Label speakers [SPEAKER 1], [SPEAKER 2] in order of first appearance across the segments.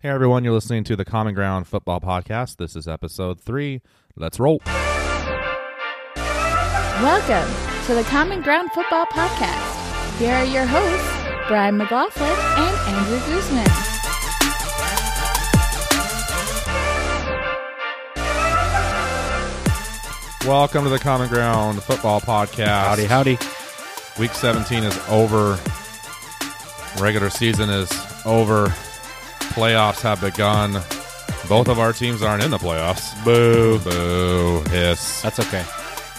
[SPEAKER 1] Hey everyone, you're listening to the Common Ground Football Podcast. This is episode three. Let's roll.
[SPEAKER 2] Welcome to the Common Ground Football Podcast. Here are your hosts, Brian McLaughlin and Andrew Guzman.
[SPEAKER 1] Welcome to the Common Ground Football Podcast.
[SPEAKER 3] Howdy, howdy.
[SPEAKER 1] Week 17 is over. Regular season is over. Playoffs have begun. Both of our teams aren't in the playoffs. Boo. Boo. Hiss.
[SPEAKER 3] That's okay.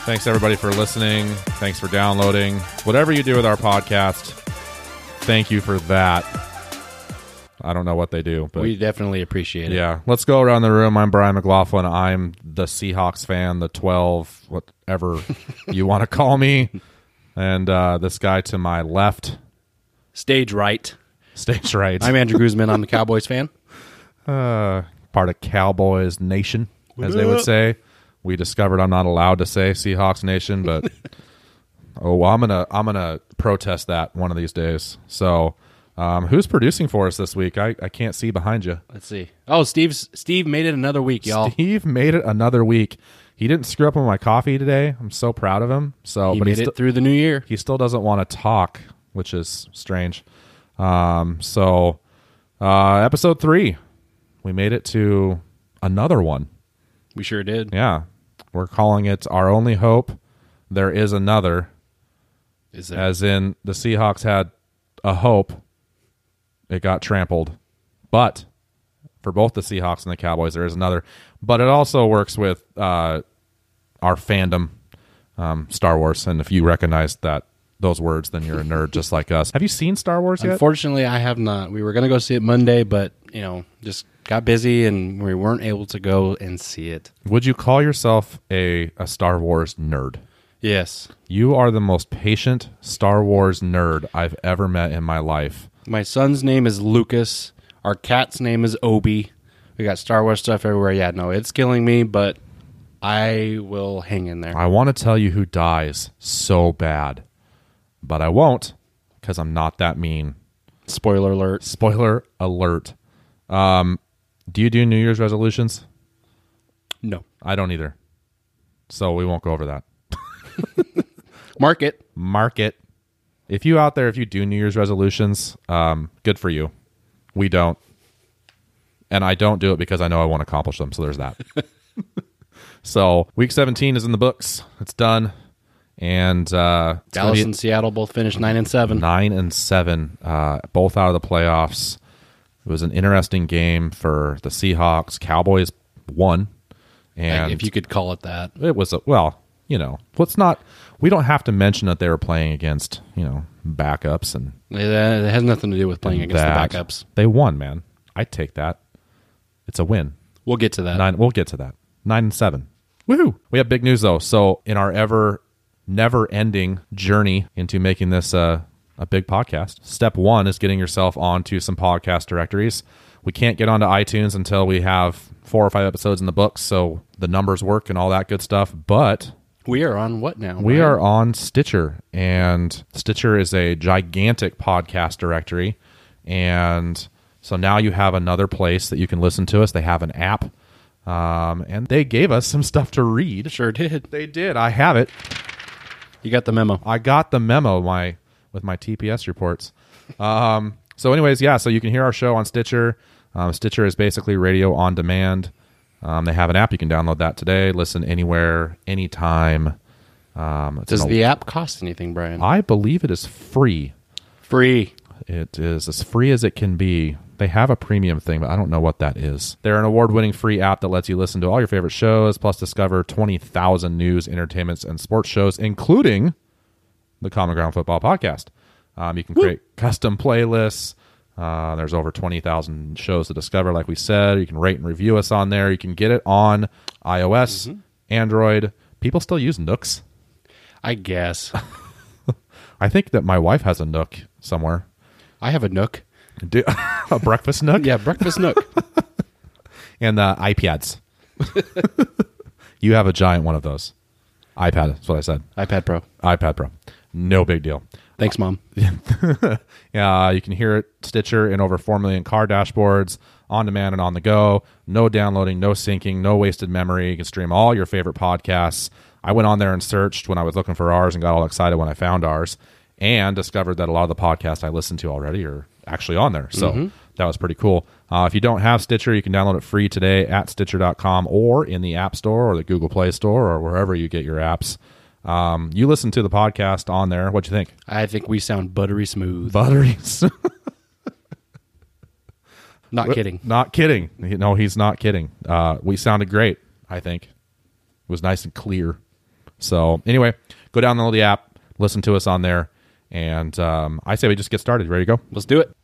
[SPEAKER 1] Thanks everybody for listening. Thanks for downloading. Whatever you do with our podcast, thank you for that. I don't know what they do, but
[SPEAKER 3] We definitely appreciate it.
[SPEAKER 1] yeah. Let's go around the room. I'm Brian McLaughlin. I'm the Seahawks fan, the 12, whatever you want to call me. And uh, this guy to my left,
[SPEAKER 3] Stage right.
[SPEAKER 1] stage right,
[SPEAKER 3] I'm Andrew Guzman. I'm the Cowboys fan.
[SPEAKER 1] uh, part of Cowboys Nation, as they would say. We discovered I'm not allowed to say Seahawks Nation, but oh, well, I'm gonna I'm gonna protest that one of these days. So, um, who's producing for us this week? I, I can't see behind you.
[SPEAKER 3] Let's see. Oh, Steve's Steve made it another week, y'all.
[SPEAKER 1] Steve made it another week. He didn't screw up on my coffee today. I'm so proud of him. So,
[SPEAKER 3] he
[SPEAKER 1] but
[SPEAKER 3] made
[SPEAKER 1] he,
[SPEAKER 3] it
[SPEAKER 1] st-
[SPEAKER 3] through the new year.
[SPEAKER 1] he still doesn't want to talk, which is strange. Um, so, uh, episode three, we made it to another one.
[SPEAKER 3] We sure did.
[SPEAKER 1] Yeah, we're calling it our only hope. There is another,
[SPEAKER 3] Is there?
[SPEAKER 1] as in the Seahawks had a hope. It got trampled, but for both the Seahawks and the Cowboys, there is another. But it also works with uh, our fandom, um, Star Wars. And if you recognize that those words, then you're a nerd just like us. Have you seen Star Wars yet?
[SPEAKER 3] Unfortunately, I have not. We were going to go see it Monday, but, you know, just got busy and we weren't able to go and see it.
[SPEAKER 1] Would you call yourself a, a Star Wars nerd?
[SPEAKER 3] Yes.
[SPEAKER 1] You are the most patient Star Wars nerd I've ever met in my life.
[SPEAKER 3] My son's name is Lucas. Our cat's name is Obi. We got Star Wars stuff everywhere. Yeah, no, it's killing me, but I will hang in there.
[SPEAKER 1] I want to tell you who dies so bad, but I won't because I'm not that mean.
[SPEAKER 3] Spoiler alert.
[SPEAKER 1] Spoiler alert. Um, do you do New Year's resolutions?
[SPEAKER 3] No.
[SPEAKER 1] I don't either. So we won't go over that.
[SPEAKER 3] Mark it.
[SPEAKER 1] Mark it. If you out there, if you do New Year's resolutions, um, good for you. We don't. And I don't do it because I know I won't accomplish them. So there's that. so week 17 is in the books. It's done. And uh, it's gonna
[SPEAKER 3] Dallas
[SPEAKER 1] be-
[SPEAKER 3] and Seattle both finished nine and seven.
[SPEAKER 1] nine and seven, uh, both out of the playoffs. It was an interesting game for the Seahawks. Cowboys won, and
[SPEAKER 3] if you could call it that.
[SPEAKER 1] it was a, well, you know, let's not. We don't have to mention that they were playing against you know backups and
[SPEAKER 3] It, uh, it has nothing to do with playing against
[SPEAKER 1] that.
[SPEAKER 3] the backups.
[SPEAKER 1] They won, man. I take that. It's a win.
[SPEAKER 3] We'll get to that.
[SPEAKER 1] Nine. We'll get to that. Nine and seven. Woohoo! We have big news though. So in our ever, never-ending journey into making this uh, a big podcast, step one is getting yourself onto some podcast directories. We can't get onto iTunes until we have four or five episodes in the books, so the numbers work and all that good stuff. But
[SPEAKER 3] We are on what now?
[SPEAKER 1] we
[SPEAKER 3] Ryan?
[SPEAKER 1] are on Stitcher, and Stitcher is a gigantic podcast directory. And so now you have another place that you can listen to us. They have an app, um, and they gave us some stuff to read.
[SPEAKER 3] Sure did.
[SPEAKER 1] They did. I have it.
[SPEAKER 3] You got the memo.
[SPEAKER 1] I got the memo my with my TPS reports. Um, so, anyways, yeah. So you can hear our show on Stitcher. Um, Stitcher is basically radio on demand. Um, they have an app you can download that today. Listen anywhere, anytime. Um, it's
[SPEAKER 3] Does
[SPEAKER 1] an-
[SPEAKER 3] the app cost anything, Brian?
[SPEAKER 1] I believe it is free.
[SPEAKER 3] Free.
[SPEAKER 1] It is as free as it can be. They have a premium thing, but I don't know what that is. They're an award winning free app that lets you listen to all your favorite shows, plus discover 20,000 news, entertainments, and sports shows, including the Common Ground Football Podcast. Um, you can create custom playlists. Uh, there's over 20,000 shows to discover, like we said. You can rate and review us on there. You can get it on iOS, Android. People still use Nooks.
[SPEAKER 3] I guess.
[SPEAKER 1] I think that my wife has a Nook somewhere.
[SPEAKER 3] I have a Nook.
[SPEAKER 1] Do, a breakfast nook
[SPEAKER 3] Yeah, breakfast Nook.
[SPEAKER 1] and uh, iPads. you have a giant one of those. iPad. That's what I said.
[SPEAKER 3] iPad Pro.
[SPEAKER 1] iPad Pro. No big deal.
[SPEAKER 3] Thanks, mom.
[SPEAKER 1] Uh, you can hear it Stitcher in over 4 million car dashboards, on demand and on the go. No downloading, no syncing, no wasted memory. You can stream all your favorite podcasts. I went on there and searched when I was looking for ours and got all excited when I found ours and discovered that a lot of the podcasts I listened to already are actually on there. So that was pretty cool. Uh, if you don't have Stitcher, you can download it free today at Stitcher.com or in the App Store or the Google Play Store or wherever you get your apps. Um, you listen to the podcast on there. What do you think?
[SPEAKER 3] I think we sound buttery smooth.
[SPEAKER 1] Buttery. smooth.
[SPEAKER 3] Not kidding.
[SPEAKER 1] Not kidding. He- No, he's not kidding. Uh, we sounded great, I think. It was nice and clear. So, anyway, go download the app, listen to us on there, and um, I say we just get started. Ready to go?
[SPEAKER 3] Let's do it.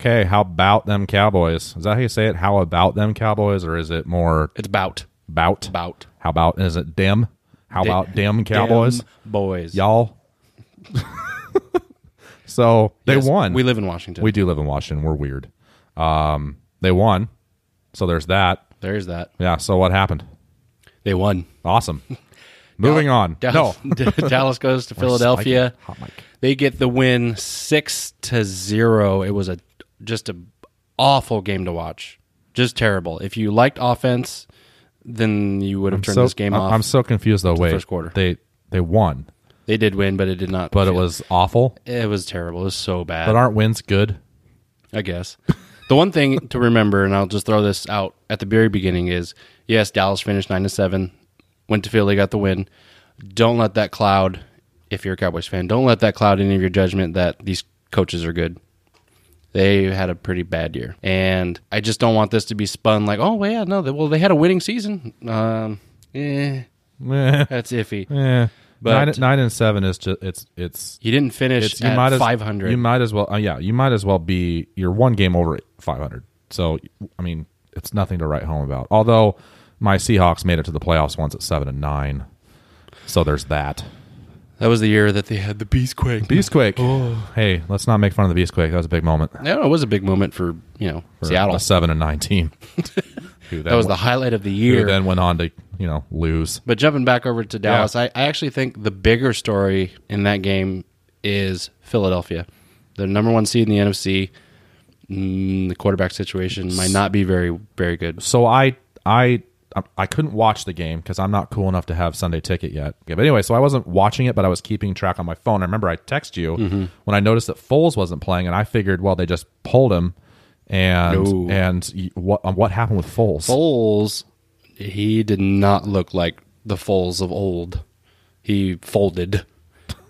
[SPEAKER 1] Okay, how about them Cowboys? Is that how you say it? How about them Cowboys, or is it more
[SPEAKER 3] It's bout.
[SPEAKER 1] bout?
[SPEAKER 3] Bout.
[SPEAKER 1] How about, is it dim? How
[SPEAKER 3] Di-
[SPEAKER 1] about dim Cowboys?
[SPEAKER 3] Dem boys.
[SPEAKER 1] Y'all. so, they
[SPEAKER 3] Yes,
[SPEAKER 1] won.
[SPEAKER 3] We live in Washington.
[SPEAKER 1] We do live in Washington. We're weird. Um, they won. So there's that.
[SPEAKER 3] there is that.
[SPEAKER 1] Yeah. So what happened?
[SPEAKER 3] They won.
[SPEAKER 1] Awesome. Moving on.
[SPEAKER 3] Dallas,
[SPEAKER 1] No.
[SPEAKER 3] Dallas goes to Philadelphia.
[SPEAKER 1] Hot mic.
[SPEAKER 3] They get the win six to zero. It was a just a awful game to watch. Just terrible. If you liked offense, then you would have turned
[SPEAKER 1] So-
[SPEAKER 3] this game
[SPEAKER 1] I'm,
[SPEAKER 3] off.
[SPEAKER 1] I'm so confused though. Wait.
[SPEAKER 3] first quarter.
[SPEAKER 1] They they won,
[SPEAKER 3] they did win, but it did not.
[SPEAKER 1] but it was awful.
[SPEAKER 3] it was terrible. It was so bad.
[SPEAKER 1] But aren't wins good?
[SPEAKER 3] I guess. The one thing to remember, and I'll just throw this out at the very beginning, is yes, Dallas finished nine to seven, went to Philly, got the win. Don't let that cloud, if you're a Cowboys fan, don't let that cloud any of your judgment that these coaches are good. They had a pretty bad year, and I just don't want this to be spun like, oh, well, yeah, no, they, well, they had a winning season. Um, eh,
[SPEAKER 1] Eh,
[SPEAKER 3] that's iffy.
[SPEAKER 1] eh.
[SPEAKER 3] But-
[SPEAKER 1] nine, nine and seven is just it's it's
[SPEAKER 3] You didn't finish
[SPEAKER 1] it's you
[SPEAKER 3] at
[SPEAKER 1] might as
[SPEAKER 3] 500.
[SPEAKER 1] You might as well uh, yeah you might as well be you're one game over 500. So I mean it's nothing to write home about. Although my Seahawks made it to the playoffs once at seven and nine, so there's that.
[SPEAKER 3] that was the year that they had the Beastquake.
[SPEAKER 1] Beastquake.
[SPEAKER 3] Oh.
[SPEAKER 1] Hey, let's not make fun of the Beastquake. That was a big moment.
[SPEAKER 3] No, it was a big moment for, you know,
[SPEAKER 1] for
[SPEAKER 3] Seattle.
[SPEAKER 1] a seven and nine team. who then,
[SPEAKER 3] That was the highlight of the
[SPEAKER 1] who
[SPEAKER 3] year.
[SPEAKER 1] then went on to you know lose.
[SPEAKER 3] But jumping back over to Dallas, I, I actually think the bigger story in that game is Philadelphia. The number one seed in the NFC. Mm, the quarterback situation might not be very, very good.
[SPEAKER 1] So I I I couldn't watch the game because I'm not cool enough to have Sunday ticket yet. Okay, but anyway, so I wasn't watching it, but I was keeping track on my phone. I remember I text you
[SPEAKER 3] Mm-hmm.
[SPEAKER 1] when I noticed that Foles wasn't playing, and I figured, well, they just pulled him, and
[SPEAKER 3] No.
[SPEAKER 1] and y- what um, what happened with Foles?
[SPEAKER 3] Foles, he did not look like the Foles of old. He folded.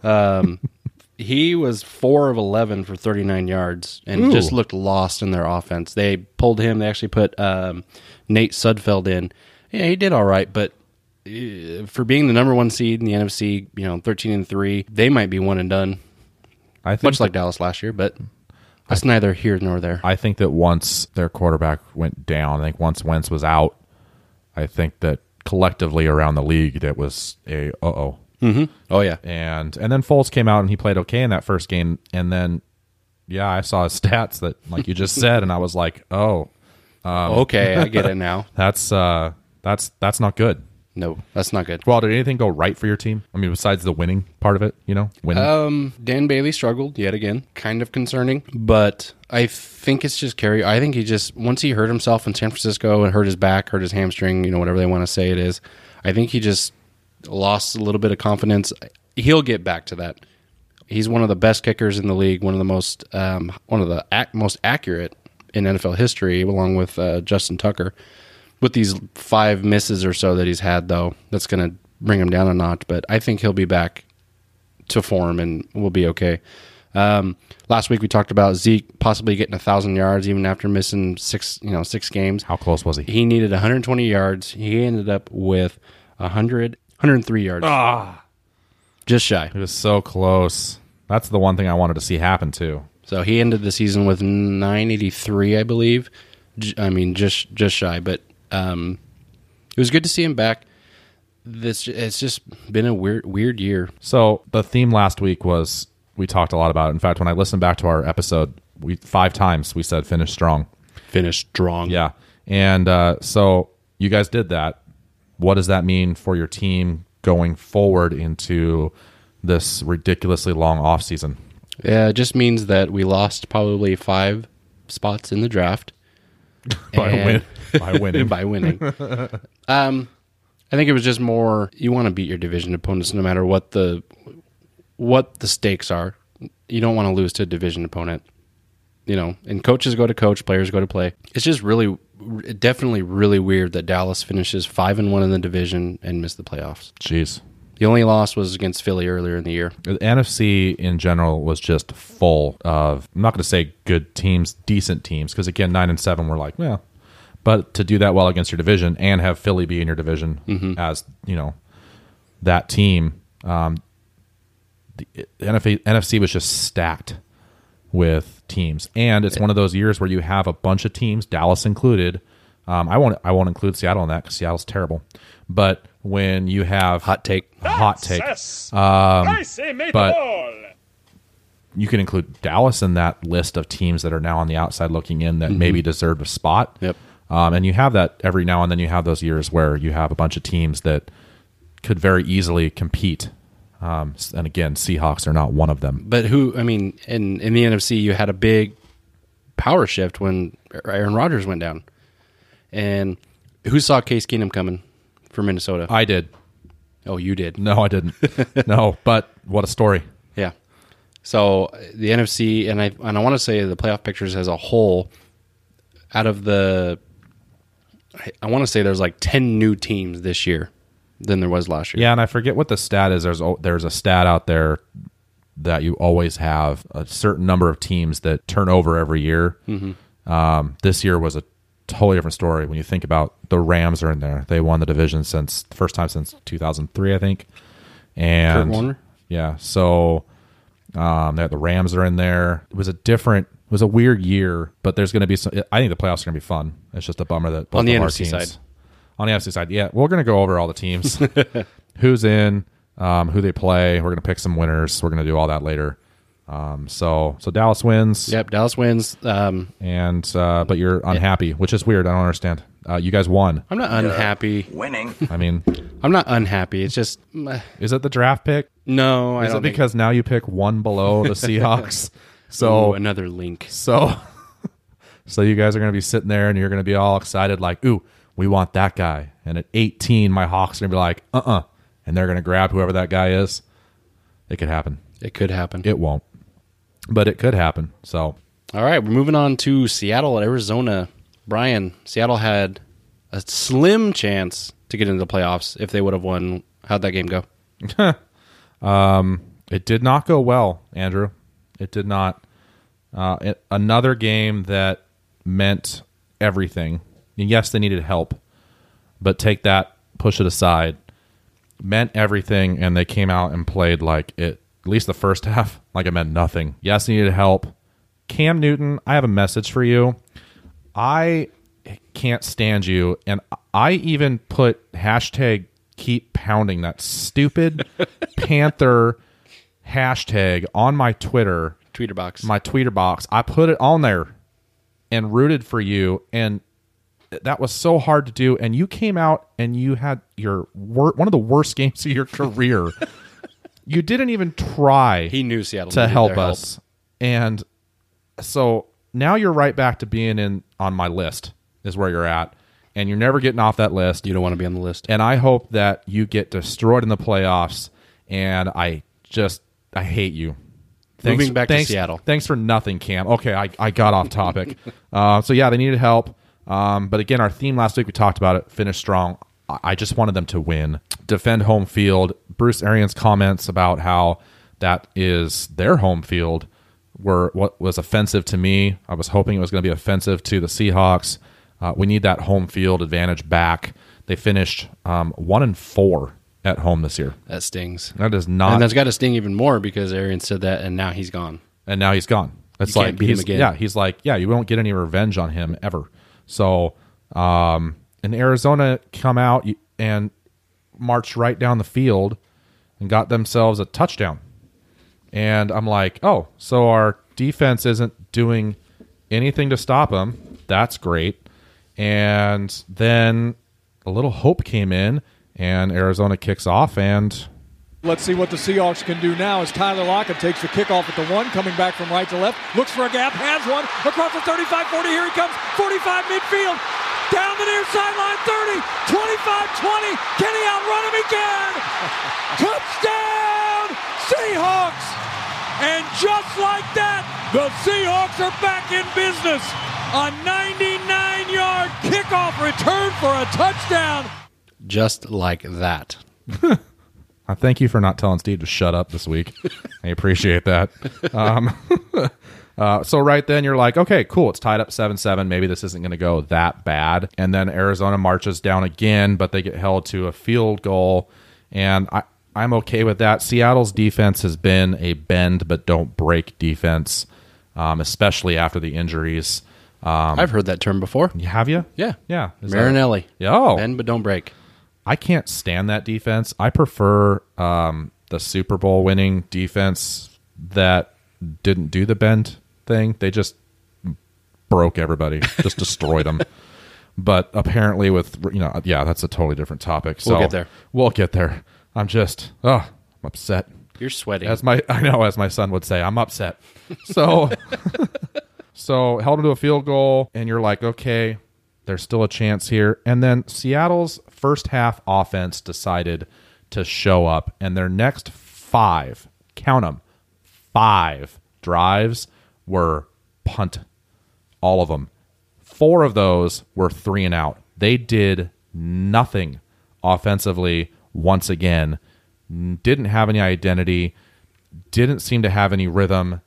[SPEAKER 3] Um, he was four of eleven for thirty nine yards, and
[SPEAKER 1] Ooh.
[SPEAKER 3] just looked lost in their offense. They pulled him. They actually put um, Nate Sudfeld in. Yeah, he did all right, but uh, for being the number one seed in the NFC, you know, thirteen and three, they might be one and done,
[SPEAKER 1] I think
[SPEAKER 3] much like Dallas last year. But that's neither here nor there.
[SPEAKER 1] I think that once their quarterback went down, I think once Wentz was out, I think that collectively around the league that was a uh oh.
[SPEAKER 3] oh yeah,
[SPEAKER 1] And and then Foles came out and he played okay in that first game and then yeah, I saw his stats that like you just said and I was like, "Oh,
[SPEAKER 3] okay, I get it now.
[SPEAKER 1] that's uh that's that's not good."
[SPEAKER 3] No, that's not good.
[SPEAKER 1] Well, did anything go right for your team? I mean, besides the winning part of it, you know? Winning.
[SPEAKER 3] Um, Dan Bailey struggled yet again, kind of concerning, but I think it's just carry. I think he just once he hurt himself in San Francisco and hurt his back, hurt his hamstring, you know, whatever they want to say it is. I think he just lost a little bit of confidence. He'll get back to that. He's one of the best kickers in the league, one of the most, um, one of the ac- most accurate in NFL history, along with uh, Justin Tucker. With these five misses or so that he's had, though, that's going to bring him down a notch. But I think he'll be back to form and we'll be okay. Um, last week we talked about Zeke possibly getting a thousand yards even after missing six, you know, six games.
[SPEAKER 1] How close was he?
[SPEAKER 3] He needed 120 yards. He ended up with 100, 103 yards. Ah, just shy.
[SPEAKER 1] He was so close. That's the one thing I wanted to see happen too.
[SPEAKER 3] So he ended the season with 983, I believe. J- I mean, just just shy, but um, it was good to see him back. This it's just been a weird weird year.
[SPEAKER 1] So the theme last week was we talked a lot about it. In fact, when I listened back to our episode, we five times we said finish strong.
[SPEAKER 3] Finished strong.
[SPEAKER 1] Yeah. And uh, so you guys did that. What does that mean for your team going forward into this ridiculously long offseason?
[SPEAKER 3] Yeah, it just means that we lost probably five spots in the draft.
[SPEAKER 1] by
[SPEAKER 3] And-
[SPEAKER 1] win by winning.
[SPEAKER 3] by winning. um, I think it was just more you want to beat your division opponents no matter what the what the stakes are. You don't want to lose to a division opponent. You know, and coaches go to coach, players go to play. It's just really, definitely, really weird that Dallas finishes five and one in the division and missed the playoffs.
[SPEAKER 1] Jeez.
[SPEAKER 3] The only loss was against Philly earlier in the year.
[SPEAKER 1] The NFC in general was just full of I'm not going to say good teams, decent teams, because again, nine and seven were like, well, but to do that well against your division and have Philly be in your division
[SPEAKER 3] Mm-hmm.
[SPEAKER 1] as you know that team, um, the NF- NFC was just stacked with teams, and it's one of those years where you have a bunch of teams, Dallas included. Um, I won't. I won't include Seattle in that because Seattle's terrible. But when you have
[SPEAKER 3] Hot take.
[SPEAKER 1] hot take, Um,
[SPEAKER 4] I say make
[SPEAKER 1] but-
[SPEAKER 4] all.
[SPEAKER 1] you can include Dallas in that list of teams that are now on the outside looking in that maybe deserved a spot.
[SPEAKER 3] Yep.
[SPEAKER 1] Um, and you have that every now and then. You have those years where you have a bunch of teams that could very easily compete. Um, s- and again, Seahawks are not one of them.
[SPEAKER 3] But who? I mean, in in the NFC, you had a big power shift when Aaron Rodgers went down, and who saw Case Keenum coming from Minnesota?
[SPEAKER 1] I did.
[SPEAKER 3] oh, you did.
[SPEAKER 1] No, I didn't. no, but what a story.
[SPEAKER 3] Yeah. So uh, the NFC, and I and I want to say the playoff pictures as a whole, out of the, I, I want to say there's like ten new teams this year than there was last year.
[SPEAKER 1] Yeah, and I forget what the stat is. There's al- there's a stat out there that you always have a certain number of teams that turn over every year.
[SPEAKER 3] Mm-hmm.
[SPEAKER 1] Um, this year was a totally different story. When you think about the Rams are in there, they won the division since first time since 2003, I think. And
[SPEAKER 3] Kurt Warner?
[SPEAKER 1] yeah, so um, that the Rams are in there. It was a different. It was a weird year, but there's going to be some. I think the playoffs are going to be fun. It's just a bummer that both
[SPEAKER 3] On the
[SPEAKER 1] of our
[SPEAKER 3] NFC
[SPEAKER 1] teams-
[SPEAKER 3] side.
[SPEAKER 1] on the NFC side, yeah, we're going to go over all the teams, who's in, um, who they play. We're going to pick some winners. We're going to do all that later. Um, so so Dallas wins.
[SPEAKER 3] Yep. Dallas wins. Um,
[SPEAKER 1] And uh, but you're unhappy, which is weird. I don't understand. Uh, you guys won.
[SPEAKER 3] I'm not unhappy.
[SPEAKER 5] Winning.
[SPEAKER 1] I mean,
[SPEAKER 3] I'm not unhappy. It's just meh.
[SPEAKER 1] is it the draft pick?
[SPEAKER 3] no. I
[SPEAKER 1] Is it
[SPEAKER 3] don't think-
[SPEAKER 1] because now you pick one below the Seahawks?
[SPEAKER 3] Oh,
[SPEAKER 1] so
[SPEAKER 3] another link.
[SPEAKER 1] So, so you guys are going to be sitting there and you're going to be all excited, like, ooh, we want that guy. And at 18, my Hawks are going to be like, uh uh And they're going to grab whoever that guy is. It could happen.
[SPEAKER 3] It could happen.
[SPEAKER 1] It won't, but it could happen. So,
[SPEAKER 3] All right, we're moving on to Seattle at Arizona. Brian, Seattle had a slim chance to get into the playoffs if they would have won. How'd that game go?
[SPEAKER 1] um, it did not go well, Andrew. It did not. Uh, it, another game that meant everything. And yes, they needed help, but take that, push it aside. Meant everything, and they came out and played like it. At least the first half, like it meant nothing. Yes, they needed help. Cam Newton, I have a message for you. I can't stand you, and I even put hashtag keep pounding that stupid panther hashtag on my Twitter
[SPEAKER 3] Tweeter box.
[SPEAKER 1] my tweeter box. I put it on there and rooted for you and that was so hard to do and you came out and you had your wor- one of the worst games of your career. you didn't even try
[SPEAKER 3] he knew Seattle
[SPEAKER 1] to
[SPEAKER 3] needed
[SPEAKER 1] help
[SPEAKER 3] their
[SPEAKER 1] us. And so now you're right back to being in on my list is where you're at and you're never getting off that list.
[SPEAKER 3] You don't want to be on the list.
[SPEAKER 1] And I hope that you get destroyed in the playoffs. And I just I hate you.
[SPEAKER 3] Moving back to
[SPEAKER 1] thanks-
[SPEAKER 3] Seattle.
[SPEAKER 1] Thanks for nothing, Cam. Okay, I, I got off topic. uh, so yeah, they needed help. Um, but again, our theme last week we talked about it. Finish strong. I, I just wanted them to win. Defend home field. Bruce Arians' comments about how that is their home field were what was offensive to me. I was hoping it was going to be offensive to the Seahawks. Uh, we need that home field advantage back. They finished um, one and four at home this year.
[SPEAKER 3] That stings.
[SPEAKER 1] That is not
[SPEAKER 3] and that's got to sting even more because Arian said that, and now he's gone.
[SPEAKER 1] and now he's gone. It's
[SPEAKER 3] You can't
[SPEAKER 1] like
[SPEAKER 3] beat him
[SPEAKER 1] he's-
[SPEAKER 3] again.
[SPEAKER 1] Yeah, he's like, yeah, you won't get any revenge on him ever. So, um, and Arizona come out y- and marched right down the field and got themselves a touchdown. And I'm like, oh, so our defense isn't doing anything to stop him. That's great. And then a little hope came in, and Arizona kicks off, and
[SPEAKER 5] Let's see what the Seahawks can do now as Tyler Lockett takes the kickoff at the one, coming back from right to left, looks for a gap, has one, across the 35 40. Here he comes, 45 midfield, down the near sideline, 30, 25 20. Can he outrun him again? Touchdown, Seahawks! And just like that, the Seahawks are back in business. A 99 yard kickoff return for a touchdown.
[SPEAKER 3] Just like that.
[SPEAKER 1] I Uh, thank you for not telling Steve to shut up this week. I appreciate that. Um, uh, so right then you're like, okay, cool. It's tied up seven seven. Maybe this isn't going to go that bad. And then Arizona marches down again, but they get held to a field goal, and I. I'm okay with that. Seattle's defense has been a bend but don't break defense, um, especially after the injuries.
[SPEAKER 3] I've heard that term before.
[SPEAKER 1] Have you?
[SPEAKER 3] Yeah.
[SPEAKER 1] Um, Yeah. Is that-
[SPEAKER 3] Marinelli.
[SPEAKER 1] Oh.
[SPEAKER 3] Bend but don't break.
[SPEAKER 1] I can't stand that defense. I prefer um, the Super Bowl winning defense that didn't do the bend thing. They just broke everybody, just destroyed them. But apparently, with you know, yeah, that's a totally different topic. So
[SPEAKER 3] We'll get there.
[SPEAKER 1] We'll get there. I'm just, oh, I'm upset.
[SPEAKER 3] You're sweating.
[SPEAKER 1] As my, I know, as my son would say, I'm upset. So, so held them to a field goal, and you're like, okay, there's still a chance here. And then Seattle's first half offense decided to show up, and their next five, count them, five drives were punt, all of them. Four of those were three and out. They did nothing offensively once again. N- Didn't have any identity. Didn't seem to have any rhythm.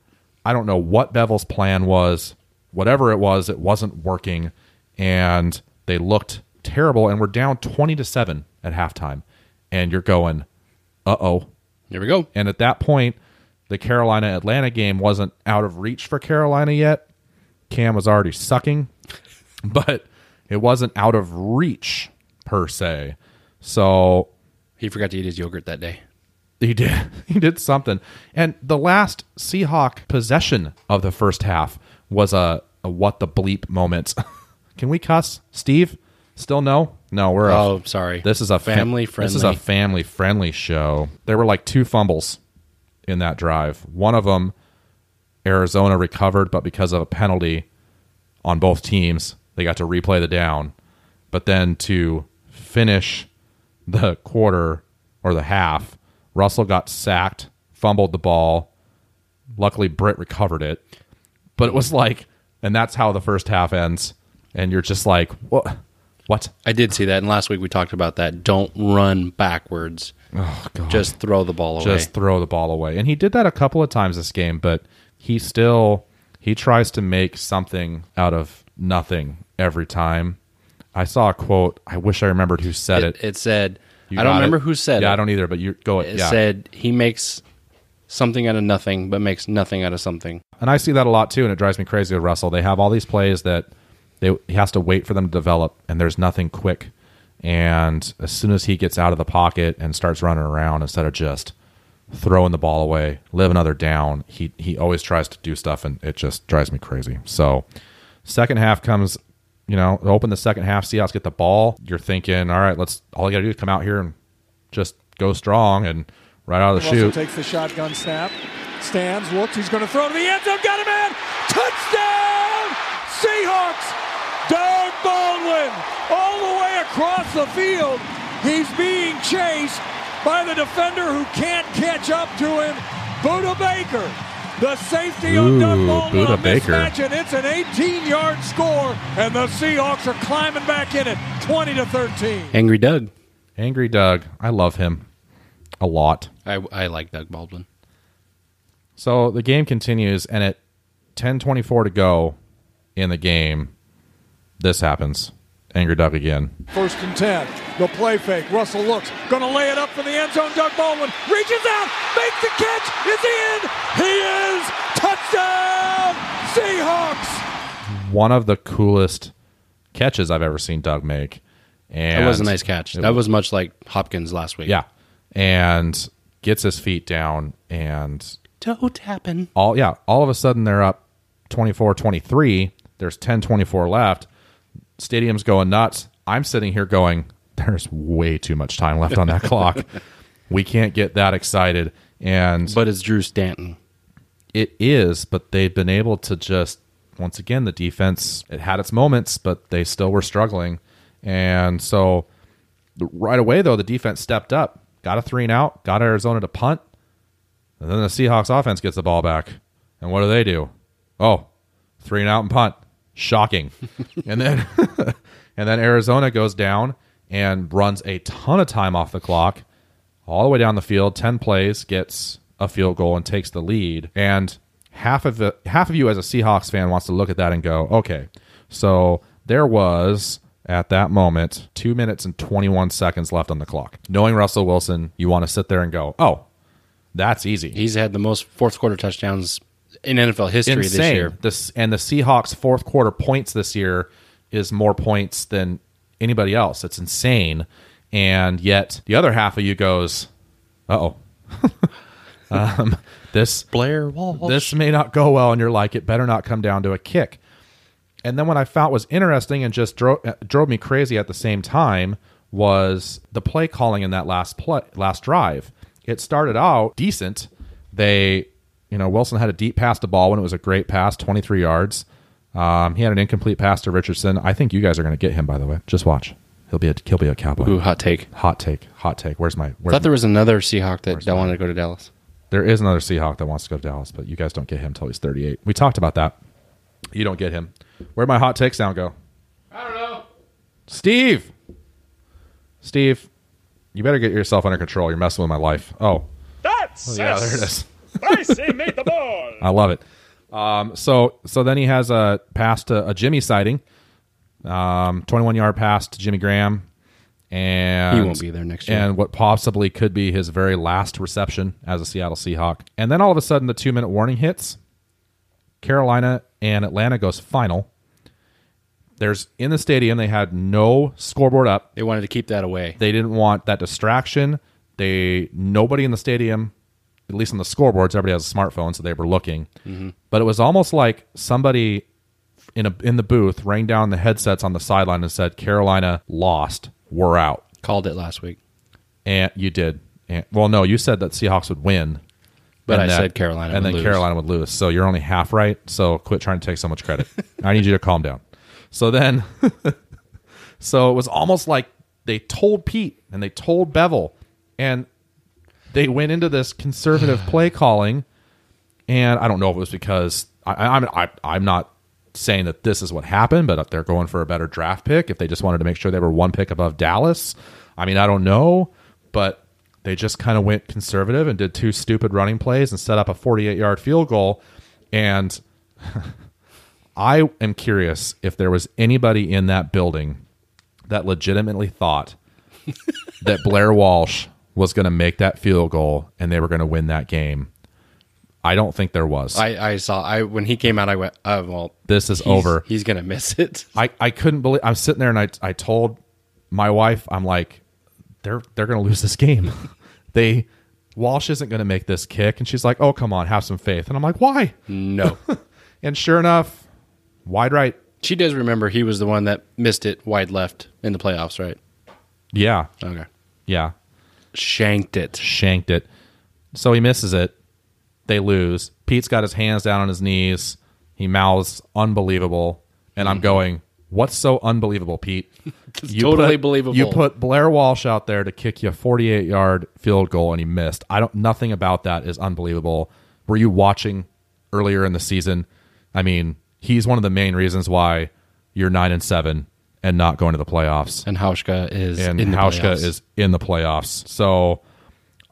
[SPEAKER 1] I don't know what Bevel's plan was. Whatever it was, it wasn't working, and they looked terrible. And we're down twenty to seven at halftime, and you're going, "Uh oh,
[SPEAKER 3] Here we go.
[SPEAKER 1] and at that point, the Carolina Atlanta game wasn't out of reach for Carolina yet. Cam was already sucking, but it wasn't out of reach per se. So
[SPEAKER 3] He forgot to eat his yogurt that day.
[SPEAKER 1] he did he did something. And the last Seahawk possession of the first half was a, a what the bleep moment. Can we cuss, Steve? Still no? No, we're a-
[SPEAKER 3] Oh, sorry.
[SPEAKER 1] This is a fam-
[SPEAKER 3] family friendly.
[SPEAKER 1] This is a family friendly show. There were like two fumbles in that drive. One of them, Arizona recovered, but because of a penalty on both teams, they got to replay the down. But then to finish the quarter or the half, Russell got sacked, fumbled the ball. Luckily, Britt recovered it. But it was like, and that's how the first half ends. And you're just like, what? What?
[SPEAKER 3] I did see that, and last week we talked about that. Don't run backwards. Oh God! Just throw the ball away.
[SPEAKER 1] just throw the ball away. And he did that a couple of times this game, but he still he tries to make something out of nothing every time. I saw a quote. I wish I remembered who said
[SPEAKER 3] it,
[SPEAKER 1] it.
[SPEAKER 3] it said.
[SPEAKER 1] You
[SPEAKER 3] I don't
[SPEAKER 1] got
[SPEAKER 3] remember
[SPEAKER 1] it.
[SPEAKER 3] who said
[SPEAKER 1] Yeah,
[SPEAKER 3] it.
[SPEAKER 1] I don't either. But you go.
[SPEAKER 3] It
[SPEAKER 1] yeah.
[SPEAKER 3] said he makes something out of nothing, but makes nothing out of something.
[SPEAKER 1] And I see that a lot too, and it drives me crazy with Russell. They have all these plays that they he has to wait for them to develop, and there's nothing quick. And as soon as he gets out of the pocket and starts running around instead of just throwing the ball away, live another down, he he always tries to do stuff, and it just drives me crazy. So, second half comes, you know, open the second half, Seahawks get the ball. You're thinking, all right, let's all you got to do is come out here and just go strong and right out of the
[SPEAKER 5] Russell
[SPEAKER 1] shoot.
[SPEAKER 5] takes the shotgun snap, stands, looks, he's going to throw to the end zone, got him in! Touchdown! Seahawks! Doug Baldwin all the way across the field. He's being chased by the defender who can't catch up to him, Buda Baker. The safety on Doug
[SPEAKER 1] Ooh,
[SPEAKER 5] Baldwin
[SPEAKER 1] Buda
[SPEAKER 5] on this
[SPEAKER 1] Baker.
[SPEAKER 5] match, and it's an 18-yard score, and the Seahawks are climbing back in it, 20 to 13.
[SPEAKER 3] Angry Doug.
[SPEAKER 1] Angry Doug, I love him a lot.
[SPEAKER 3] I, I like Doug Baldwin.
[SPEAKER 1] So the game continues, and at 10:24 to go in the game, this happens. Angry Doug again.
[SPEAKER 5] First and 10. The play fake. Russell looks. Gonna lay it up for the end zone. Doug Baldwin reaches out. Makes the catch. Is he in? He is. Touchdown. Seahawks.
[SPEAKER 1] One of the coolest catches I've ever seen Doug make. And
[SPEAKER 3] That was a nice catch.
[SPEAKER 1] It
[SPEAKER 3] That was much like Hopkins last week.
[SPEAKER 1] yeah, and gets his feet down and
[SPEAKER 3] Toe tapping.
[SPEAKER 1] all yeah all of a sudden they're up 24 23 there's 10 24 left stadium's going nuts i'm sitting here going there's way too much time left on that clock We can't get that excited. And
[SPEAKER 3] But it's Drew Stanton.
[SPEAKER 1] it is, but they've been able to just once again the defense it had its moments, but they still were struggling. And so right away though, the defense stepped up, got a three and out, got Arizona to punt, and then the Seahawks offense gets the ball back. And what do they do? Oh, three and out and punt. Shocking. and then and then Arizona goes down and runs a ton of time off the clock all the way down the field, 10 plays, gets a field goal and takes the lead. And half of the half of you as a Seahawks fan wants to look at that and go, "Okay, so there was at that moment 2 minutes and 21 seconds left on the clock." Knowing Russell Wilson, you want to sit there and go, "Oh, that's easy."
[SPEAKER 3] He's had the most fourth quarter touchdowns in NFL history this
[SPEAKER 1] Insane.
[SPEAKER 3] year.
[SPEAKER 1] This- and the Seahawks' fourth quarter points this year is more points than anybody else. It's insane. And yet the other half of you goes, "Uh oh, um, this
[SPEAKER 3] Blair Walsh.
[SPEAKER 1] this may not go well," and you're like, "It better not come down to a kick." And then what I found was interesting and just drove drove me crazy at the same time was the play calling in that last play, last drive. It started out decent. They, you know, Wilson had a deep pass to ball when it was a great pass, 23 yards. Um, he had an incomplete pass to Richardson. I think you guys are going to get him. By the way, just watch. He'll be a he'll be a cowboy.
[SPEAKER 3] Ooh, hot take.
[SPEAKER 1] Hot take. Hot take. Where's my?
[SPEAKER 3] I
[SPEAKER 1] Where's
[SPEAKER 3] thought there was another Seahawk that, that wanted to go to Dallas.
[SPEAKER 1] there is another Seahawk that wants to go to Dallas, but you guys don't get him until he's 38. We talked about that. You don't get him. Where'd my hot take sound go? I don't know. Steve! Steve, you better get yourself under control. You're messing with my life. Oh,
[SPEAKER 4] That's
[SPEAKER 1] yeah, there it is.
[SPEAKER 4] I say make the ball.
[SPEAKER 1] I love it. Um, so so then he has a pass to a Jimmy sighting, um, 21 yard pass to Jimmy Graham, and
[SPEAKER 3] He won't be there next year.
[SPEAKER 1] And what possibly could be his very last reception as a Seattle Seahawk, and then all of a sudden the two minute warning hits. Carolina and Atlanta goes final. There's in the stadium they had no scoreboard up.
[SPEAKER 3] They wanted to keep that away.
[SPEAKER 1] They didn't want that distraction. They nobody in the stadium, at least on the scoreboards, everybody has a smartphone, so they were looking. But it was almost like somebody in a in the booth rang down the headsets on the sideline and said, "Carolina lost. We're out."
[SPEAKER 3] Called it last week.
[SPEAKER 1] And you did. And, well, no, you said that Seahawks would win.
[SPEAKER 3] But
[SPEAKER 1] and
[SPEAKER 3] I
[SPEAKER 1] that-
[SPEAKER 3] said Carolina
[SPEAKER 1] and
[SPEAKER 3] would
[SPEAKER 1] then
[SPEAKER 3] lose.
[SPEAKER 1] Carolina would lose. So you're only half right. So quit trying to take so much credit. I need you to calm down. So then, so it was almost like they told Pete and they told Bevel, and they went into this conservative play calling. And I don't know if it was because I, I- I'm I, I'm not saying that this is what happened, but they're going for a better draft pick. If they just wanted to make sure they were one pick above Dallas, I mean I don't know, but they just kind of went conservative and did two stupid running plays and set up a 48 yard field goal. And I am curious if there was anybody in that building that legitimately thought that Blair Walsh was going to make that field goal and they were going to win that game. I don't think there was.
[SPEAKER 3] I, I saw I when he came out. I went, oh, well,
[SPEAKER 1] this is
[SPEAKER 3] he's-
[SPEAKER 1] over.
[SPEAKER 3] He's gonna miss it.
[SPEAKER 1] I, I couldn't believe I'm sitting there and I I told my wife I'm like they're they're gonna lose this game. they Walsh isn't gonna make this kick, and she's like, oh come on, have some faith. And I'm like, why?
[SPEAKER 3] No,
[SPEAKER 1] And sure enough, wide right.
[SPEAKER 3] she does remember he was the one that missed it wide left in the playoffs, right?
[SPEAKER 1] Yeah,
[SPEAKER 3] Okay,
[SPEAKER 1] yeah,
[SPEAKER 3] shanked it.
[SPEAKER 1] shanked it. So he misses it. They lose. Pete's got his hands down on his knees. He mouths unbelievable, and
[SPEAKER 3] Hmm.
[SPEAKER 1] I'm going, what's so unbelievable, Pete?
[SPEAKER 3] totally
[SPEAKER 1] put,
[SPEAKER 3] believable.
[SPEAKER 1] You put Blair Walsh out there to kick you a 48 yard field goal and he missed. I don't. Nothing about that is unbelievable. Were you watching earlier in the season? I mean, he's one of the main reasons why you're nine and seven and not going to the playoffs.
[SPEAKER 3] and Hauschka is
[SPEAKER 1] And
[SPEAKER 3] in the
[SPEAKER 1] Hauschka
[SPEAKER 3] playoffs.
[SPEAKER 1] is in the playoffs. So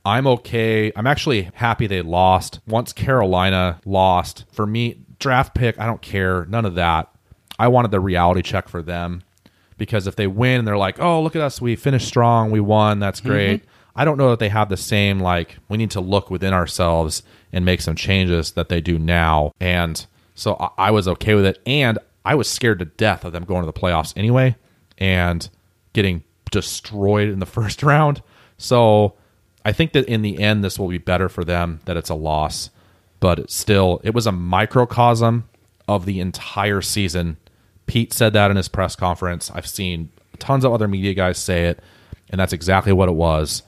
[SPEAKER 1] I'm okay. I'm actually happy they lost. Once Carolina lost, for me, draft pick, I don't care. None of that. I wanted the reality check for them because if they win and they're like, oh, look at us, we finished strong, we won, that's great. I don't know that they have the same, like, we need to look within ourselves and make some changes that they do now. And so I, I was okay with it. And I was scared to death of them going to the playoffs anyway and getting destroyed in the first round. So I think that in the end, this will be better for them that it's a loss, but it's still, it was a microcosm of the entire season. Pete said that in his press conference. I've seen tons of other media guys say it, and that's exactly what it was.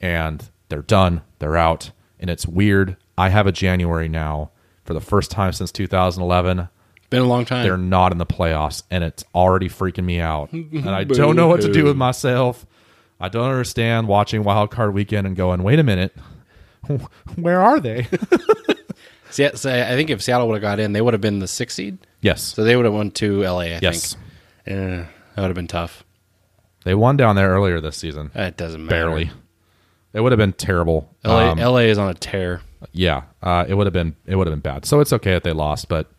[SPEAKER 1] And They're done. They're out. And it's weird. I have a January now for the first time since 2011.
[SPEAKER 3] Been a long time.
[SPEAKER 1] They're not in the playoffs, and it's already freaking me out. And I don't know what to do with myself. I don't understand watching Wild Card Weekend and going, wait a minute, where are they?
[SPEAKER 3] Se- so I think if Seattle would have got in, they would have been the sixth seed.
[SPEAKER 1] yes.
[SPEAKER 3] So they would have won to LA, I
[SPEAKER 1] Yes.
[SPEAKER 3] think. Uh, that would have been tough.
[SPEAKER 1] They won down there earlier this season.
[SPEAKER 3] It doesn't matter.
[SPEAKER 1] Barely. It would have been terrible.
[SPEAKER 3] LA,
[SPEAKER 1] Um,
[SPEAKER 3] LA is on a tear.
[SPEAKER 1] yeah, uh, it would have been it would have been bad. So it's okay that they lost, but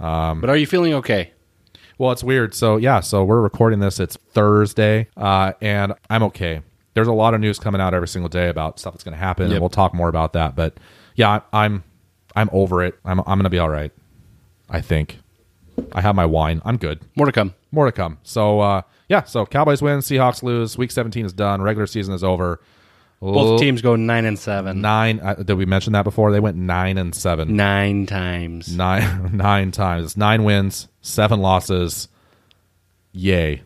[SPEAKER 1] um,
[SPEAKER 3] But are you feeling okay?
[SPEAKER 1] Well, it's weird. So yeah, so we're recording this. It's Thursday, uh, and I'm okay. There's a lot of news coming out every single day about stuff that's going to happen,
[SPEAKER 3] Yep.
[SPEAKER 1] and we'll talk more about that. But yeah, I, I'm I'm over it. I'm I'm going to be all right. I think. I have my wine. I'm good.
[SPEAKER 3] More to come.
[SPEAKER 1] More to come. So uh, yeah, so Cowboys win, Seahawks lose. Week 17 is done. Regular season is over.
[SPEAKER 3] Both
[SPEAKER 1] L-
[SPEAKER 3] teams go nine and seven.
[SPEAKER 1] nine. Uh, did we mention that before? They went nine and seven.
[SPEAKER 3] Nine times.
[SPEAKER 1] nine nine times. It's nine wins, seven losses. Yay!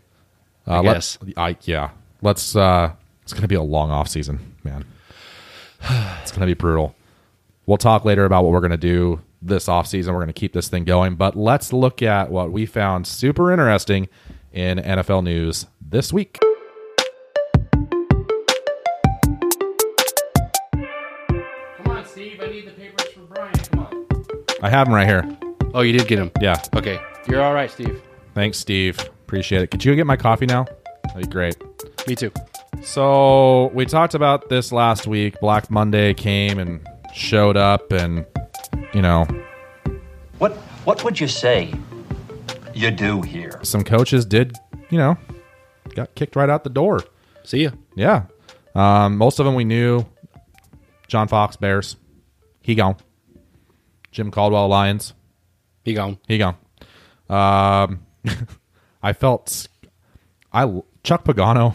[SPEAKER 1] Uh,
[SPEAKER 3] I
[SPEAKER 1] let-
[SPEAKER 3] guess.
[SPEAKER 1] I yeah. Let's. uh It's gonna be a long off season, man. It's gonna be brutal. We'll talk later about what we're gonna do this off season. We're gonna keep this thing going, but let's look at what we found super interesting in NFL news this week.
[SPEAKER 6] Come on, Steve. I need the papers for Brian. Come on.
[SPEAKER 1] I have them right here.
[SPEAKER 3] Oh, you did get him.
[SPEAKER 1] Yeah.
[SPEAKER 3] Okay. You're all right, Steve.
[SPEAKER 1] Thanks, Steve. Appreciate it. Could you go get my coffee now? That'd be great.
[SPEAKER 3] Me too.
[SPEAKER 1] So we talked about this last week. Black Monday came and showed up, and you know,
[SPEAKER 7] What what would you say you do here?
[SPEAKER 1] some coaches did, you know, got kicked right out the door.
[SPEAKER 3] See ya.
[SPEAKER 1] Yeah, um, most of them we knew. John Fox Bears, he gone. Jim Caldwell Lions,
[SPEAKER 3] Be gone.
[SPEAKER 1] he gone. Um, I felt s- I l- Chuck Pagano.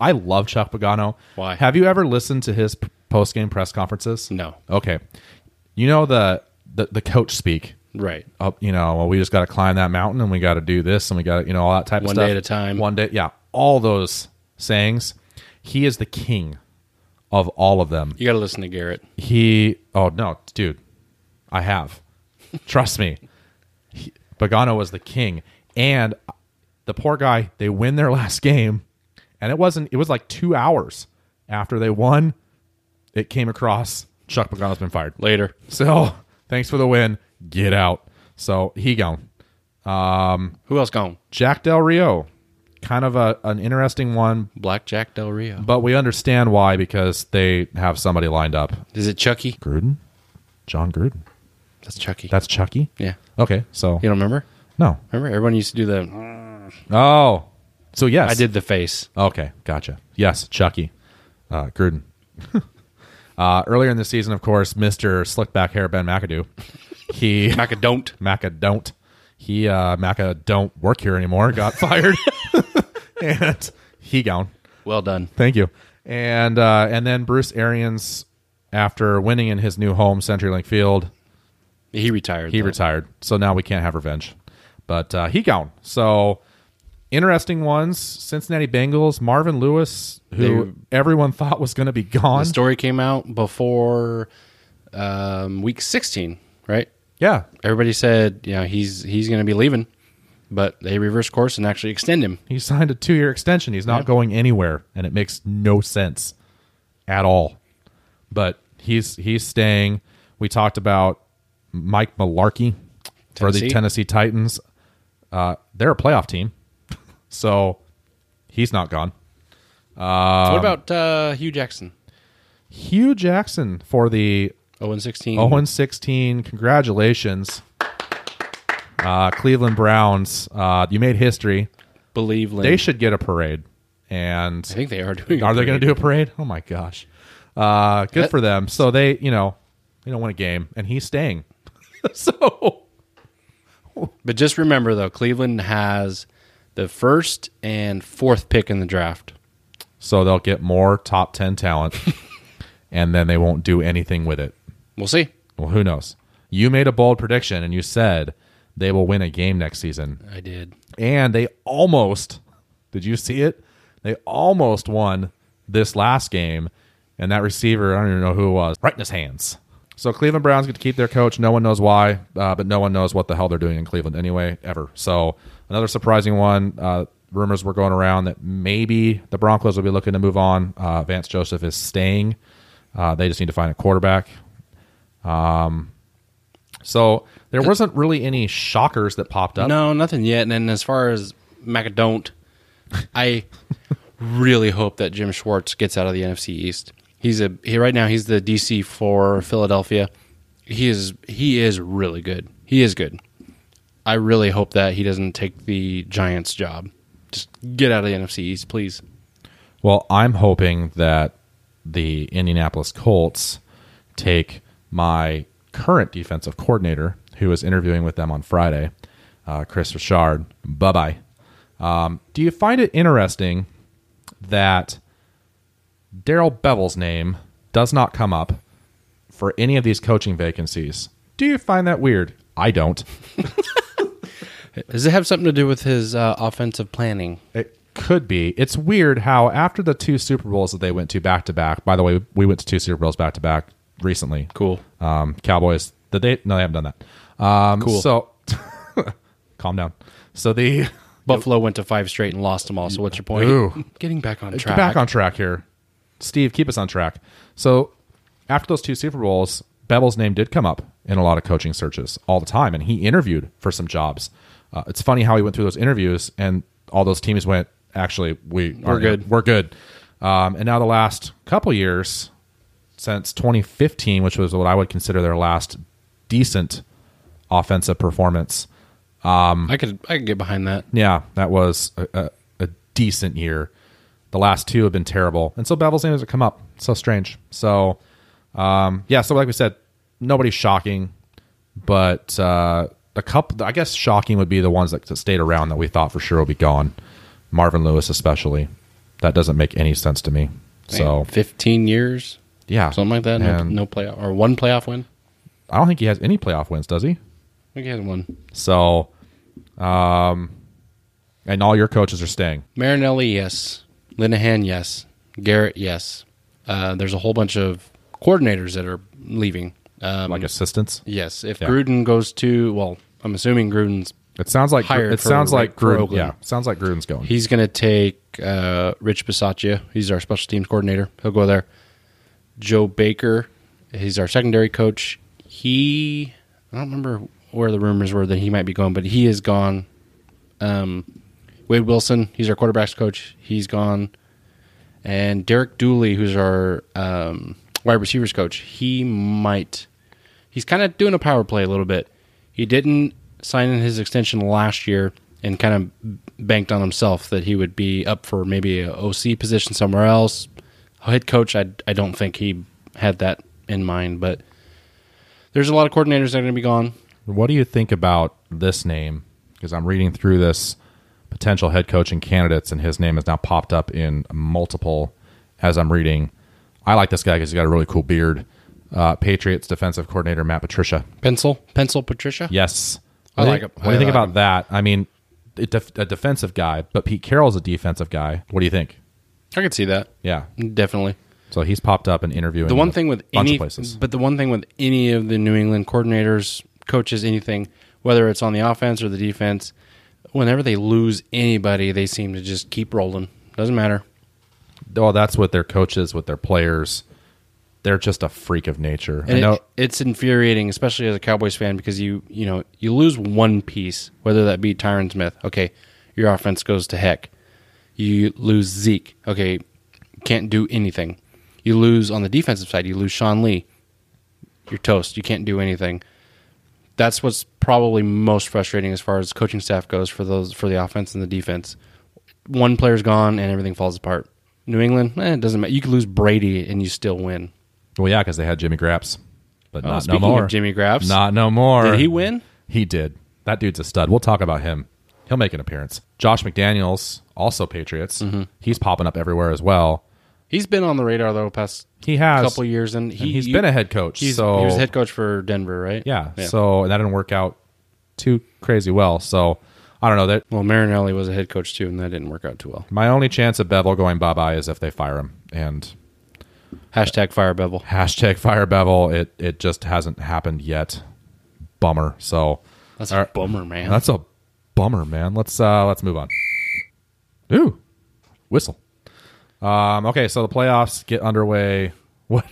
[SPEAKER 1] I love Chuck Pagano.
[SPEAKER 3] Why?
[SPEAKER 1] Have you ever listened to his post game press conferences?
[SPEAKER 3] No.
[SPEAKER 1] Okay. You know the the, the coach speak.
[SPEAKER 3] Right.
[SPEAKER 1] Up, you know, well, we just got to climb that mountain and we got to do this and we got to, you know, all that type of
[SPEAKER 3] One
[SPEAKER 1] stuff.
[SPEAKER 3] day at a time.
[SPEAKER 1] One day, yeah. All those sayings. He is the king of all of them.
[SPEAKER 3] You got to listen to Garrett.
[SPEAKER 1] He, oh no, dude, I have. Trust me. He, Pagano was the king. And the poor guy, they win their last game. And it wasn't, it was like two hours after they won. It came across Chuck Pagano's been fired.
[SPEAKER 3] Later.
[SPEAKER 1] So thanks for the win. Get out. So he gone.
[SPEAKER 3] Who else gone?
[SPEAKER 1] Jack Del Rio, kind of a, an interesting one,
[SPEAKER 3] Black Jack Del Rio.
[SPEAKER 1] but we understand why because they have somebody lined up.
[SPEAKER 3] Is it Chucky?
[SPEAKER 1] Gruden, John Gruden.
[SPEAKER 3] That's Chucky.
[SPEAKER 1] That's Chucky.
[SPEAKER 3] yeah.
[SPEAKER 1] Okay, so
[SPEAKER 3] You don't remember?
[SPEAKER 1] no.
[SPEAKER 3] Remember? Everyone used to do the.
[SPEAKER 1] Oh, so yes,
[SPEAKER 3] I did the face.
[SPEAKER 1] Okay, gotcha. Yes, Chucky, uh, Gruden. uh, earlier in the season, of course, Mister Slickback Hair Ben McAdoo. He
[SPEAKER 3] Maca don't.
[SPEAKER 1] Maca don't. He uh Maca don't work here anymore. Got fired. and he gone.
[SPEAKER 3] Well done.
[SPEAKER 1] Thank you. And uh and then Bruce Arians after winning in his new home CenturyLink Field,
[SPEAKER 3] He retired.
[SPEAKER 1] he
[SPEAKER 3] though.
[SPEAKER 1] retired. So now we can't have revenge. But uh he gone. So interesting ones. Cincinnati Bengals, Marvin Lewis, who everyone thought was going to be gone.
[SPEAKER 3] The story came out before um, week 16, right?
[SPEAKER 1] yeah.
[SPEAKER 3] Everybody said, you know, he's he's going to be leaving, but they reversed course and actually extend him.
[SPEAKER 1] He signed a two year extension. He's not going anywhere, and it makes no sense at all. But he's he's staying. We talked about Mike Malarkey for the
[SPEAKER 3] Tennessee.
[SPEAKER 1] Tennessee Titans. Uh, they're a playoff team, so he's not gone. Um,
[SPEAKER 3] what about uh, Hugh Jackson?
[SPEAKER 1] Hugh Jackson for the
[SPEAKER 3] 0 and 16.
[SPEAKER 1] 0 16. oh Congratulations, uh, Cleveland Browns. Uh, you made history.
[SPEAKER 3] Believe Lynn.
[SPEAKER 1] They should get a parade. And
[SPEAKER 3] I think they are doing
[SPEAKER 1] Are they going
[SPEAKER 3] to
[SPEAKER 1] to do a parade? Oh my gosh! Uh, good
[SPEAKER 3] That-
[SPEAKER 1] for them. So they, you know, they don't win a game, and he's staying. so
[SPEAKER 3] But just remember, though, Cleveland has the first and fourth pick in the draft.
[SPEAKER 1] so they'll get more top ten talent, and then they won't do anything with it.
[SPEAKER 3] We'll see.
[SPEAKER 1] Well, who knows? You made a bold prediction, and you said they will win a game next season,
[SPEAKER 3] I did.
[SPEAKER 1] and they almost. Did you see it? They almost won this last game, and that receiver, I don't even know who it was, right in his hands. So Cleveland Browns get to keep their coach. No one knows why, uh, but no one knows what the hell they're doing in Cleveland anyway, ever. So another surprising one. Uh, rumors were going around that maybe the Broncos will be looking to move on. Uh, Vance Joseph is staying. Uh, they just need to find a quarterback. Um, So there wasn't really any shockers that popped up.
[SPEAKER 3] No, nothing yet. And then as far as Macadont, I really hope that Jim Schwartz gets out of the NFC East. He's a he right now. He's the DC for Philadelphia. He is he is really good. He is good. I really hope that he doesn't take the Giants job. Just get out of the NFC East, please.
[SPEAKER 1] Well, I'm hoping that the Indianapolis Colts take my current defensive coordinator, who is interviewing with them on Friday, uh, Chris Richard. Bye bye. Um, do you find it interesting that Daryl Bevel's name does not come up for any of these coaching vacancies? Do you find that weird? I don't.
[SPEAKER 3] Does it have something to do with his uh, offensive planning?
[SPEAKER 1] It could be. It's weird how after the two Super Bowls that they went to back to back. By the way, we went to two Super Bowls back to back recently.
[SPEAKER 3] Cool.
[SPEAKER 1] Um, Cowboys. Did they? No, they haven't done that. Um,
[SPEAKER 3] Cool.
[SPEAKER 1] So, calm down. So the
[SPEAKER 3] Buffalo went to five straight and lost them all. So what's your point?
[SPEAKER 1] Ooh.
[SPEAKER 3] Getting back on
[SPEAKER 1] Get
[SPEAKER 3] track.
[SPEAKER 1] back on track here, Steve. Keep us on track. So after those two Super Bowls, Bevel's name did come up in a lot of coaching searches all the time, and he interviewed for some jobs. Uh, it's funny how he went through those interviews, and all those teams went, "Actually, we are
[SPEAKER 3] good.
[SPEAKER 1] We're good." Um, and now the last couple years, since 2015, which was what I would consider their last decent offensive performance,
[SPEAKER 3] I could I could get behind that.
[SPEAKER 1] yeah, that was a, a, a decent year. The last two have been terrible, and so Bevel's name doesn't come up. So strange. So, um, yeah. So like we said, nobody's shocking, but uh, a couple. I guess shocking would be the ones that, that stayed around that we thought for sure would be gone. Marvin Lewis, especially. That doesn't make any sense to me. So
[SPEAKER 3] Damn, 15 years,
[SPEAKER 1] yeah,
[SPEAKER 3] something like that. No,
[SPEAKER 1] And
[SPEAKER 3] no playoff or one playoff win.
[SPEAKER 1] I don't think he has any playoff wins, does he?
[SPEAKER 3] I think he had one.
[SPEAKER 1] So, um, and all your coaches are staying.
[SPEAKER 3] Marinelli, yes. Linehan, yes. Garrett, yes. Uh, there's a whole bunch of coordinators that are leaving. Um,
[SPEAKER 1] Like assistants.
[SPEAKER 3] yes. If
[SPEAKER 1] Yeah.
[SPEAKER 3] Gruden goes to, well, I'm assuming Gruden's
[SPEAKER 1] It sounds like
[SPEAKER 3] hired
[SPEAKER 1] it
[SPEAKER 3] for
[SPEAKER 1] sounds like
[SPEAKER 3] Rick
[SPEAKER 1] Gruden.
[SPEAKER 3] Rogan.
[SPEAKER 1] Yeah, sounds like Gruden's going.
[SPEAKER 3] He's going to take uh, Rich Bisaccia. He's our special teams coordinator. He'll go there. Joe Baker, he's our secondary coach. He, I don't remember where the rumors were that he might be going, but he is gone. Um, Wade Wilson, he's our quarterbacks coach. He's gone. And Derek Dooley, who's our um, wide receivers coach, he might. He's kind of doing a power play a little bit. He didn't sign in his extension last year and kind of banked on himself that he would be up for maybe a OC position somewhere else. Head coach, I, I don't think he had that in mind, but there's a lot of coordinators that are going to be gone.
[SPEAKER 1] what do you think about this name? Because I'm reading through this potential head coaching candidates, and his name has now popped up in multiple as I'm reading. I like this guy because he's got a really cool beard. Uh, Patriots defensive coordinator Matt Patricia.
[SPEAKER 3] Pencil, pencil, Patricia.
[SPEAKER 1] Yes,
[SPEAKER 3] I
[SPEAKER 1] What do
[SPEAKER 3] like
[SPEAKER 1] you-
[SPEAKER 3] him.
[SPEAKER 1] What do you
[SPEAKER 3] I
[SPEAKER 1] think
[SPEAKER 3] like
[SPEAKER 1] about
[SPEAKER 3] him.
[SPEAKER 1] that? I mean, a, def- a defensive guy, but Pete Carroll's a defensive guy. What do you think?
[SPEAKER 3] I could see that.
[SPEAKER 1] Yeah,
[SPEAKER 3] Definitely.
[SPEAKER 1] so he's popped up in interviewing.
[SPEAKER 3] The
[SPEAKER 1] in
[SPEAKER 3] one
[SPEAKER 1] a
[SPEAKER 3] thing with
[SPEAKER 1] bunch of
[SPEAKER 3] any,
[SPEAKER 1] places.
[SPEAKER 3] but the one thing with any of the New England coordinators, coaches, anything, whether it's on the offense or the defense, whenever they lose anybody, they seem to just keep rolling. Doesn't matter.
[SPEAKER 1] well, that's what their coaches, with their players. They're just a freak of nature.
[SPEAKER 3] And
[SPEAKER 1] I know
[SPEAKER 3] it, it's infuriating, especially as a Cowboys fan, because you you know you lose one piece, whether that be Tyron Smith. Okay, your offense goes to heck. You lose Zeke. Okay, can't do anything. You lose on the defensive side. You lose Sean Lee. You're toast. You can't do anything. That's what's probably most frustrating as far as coaching staff goes for those for the offense and the defense. One player's gone and everything falls apart. New England, eh, it doesn't matter. You could lose Brady and you still win.
[SPEAKER 1] Well, yeah, because they had Jimmy Graps, but not no
[SPEAKER 3] Oh, speaking
[SPEAKER 1] more.
[SPEAKER 3] of Jimmy Graps,
[SPEAKER 1] not no more.
[SPEAKER 3] Did he win?
[SPEAKER 1] He did. That dude's a stud. We'll talk about him. He'll make an appearance. Josh McDaniels, also Patriots.
[SPEAKER 3] Mm-hmm.
[SPEAKER 1] He's popping up everywhere as well.
[SPEAKER 3] He's been on the radar though past
[SPEAKER 1] He has
[SPEAKER 3] couple years, and, he,
[SPEAKER 1] and he's
[SPEAKER 3] you-
[SPEAKER 1] been a head coach.
[SPEAKER 3] He's,
[SPEAKER 1] so
[SPEAKER 3] he was head coach for Denver, right?
[SPEAKER 1] yeah, So and that didn't work out too crazy well. So I don't know. That
[SPEAKER 3] well, Marinelli was a head coach too, and that didn't work out too well.
[SPEAKER 1] my only chance of Bevel going bye bye is if they fire him, and
[SPEAKER 3] Hashtag fire bevel.
[SPEAKER 1] Hashtag fire bevel. It it just hasn't happened yet. Bummer. So
[SPEAKER 3] That's
[SPEAKER 1] All
[SPEAKER 3] a
[SPEAKER 1] right.
[SPEAKER 3] bummer, man.
[SPEAKER 1] That's a bummer, man. Let's uh let's move on. Ooh. Whistle. Um okay, so the playoffs get underway. What?
[SPEAKER 3] I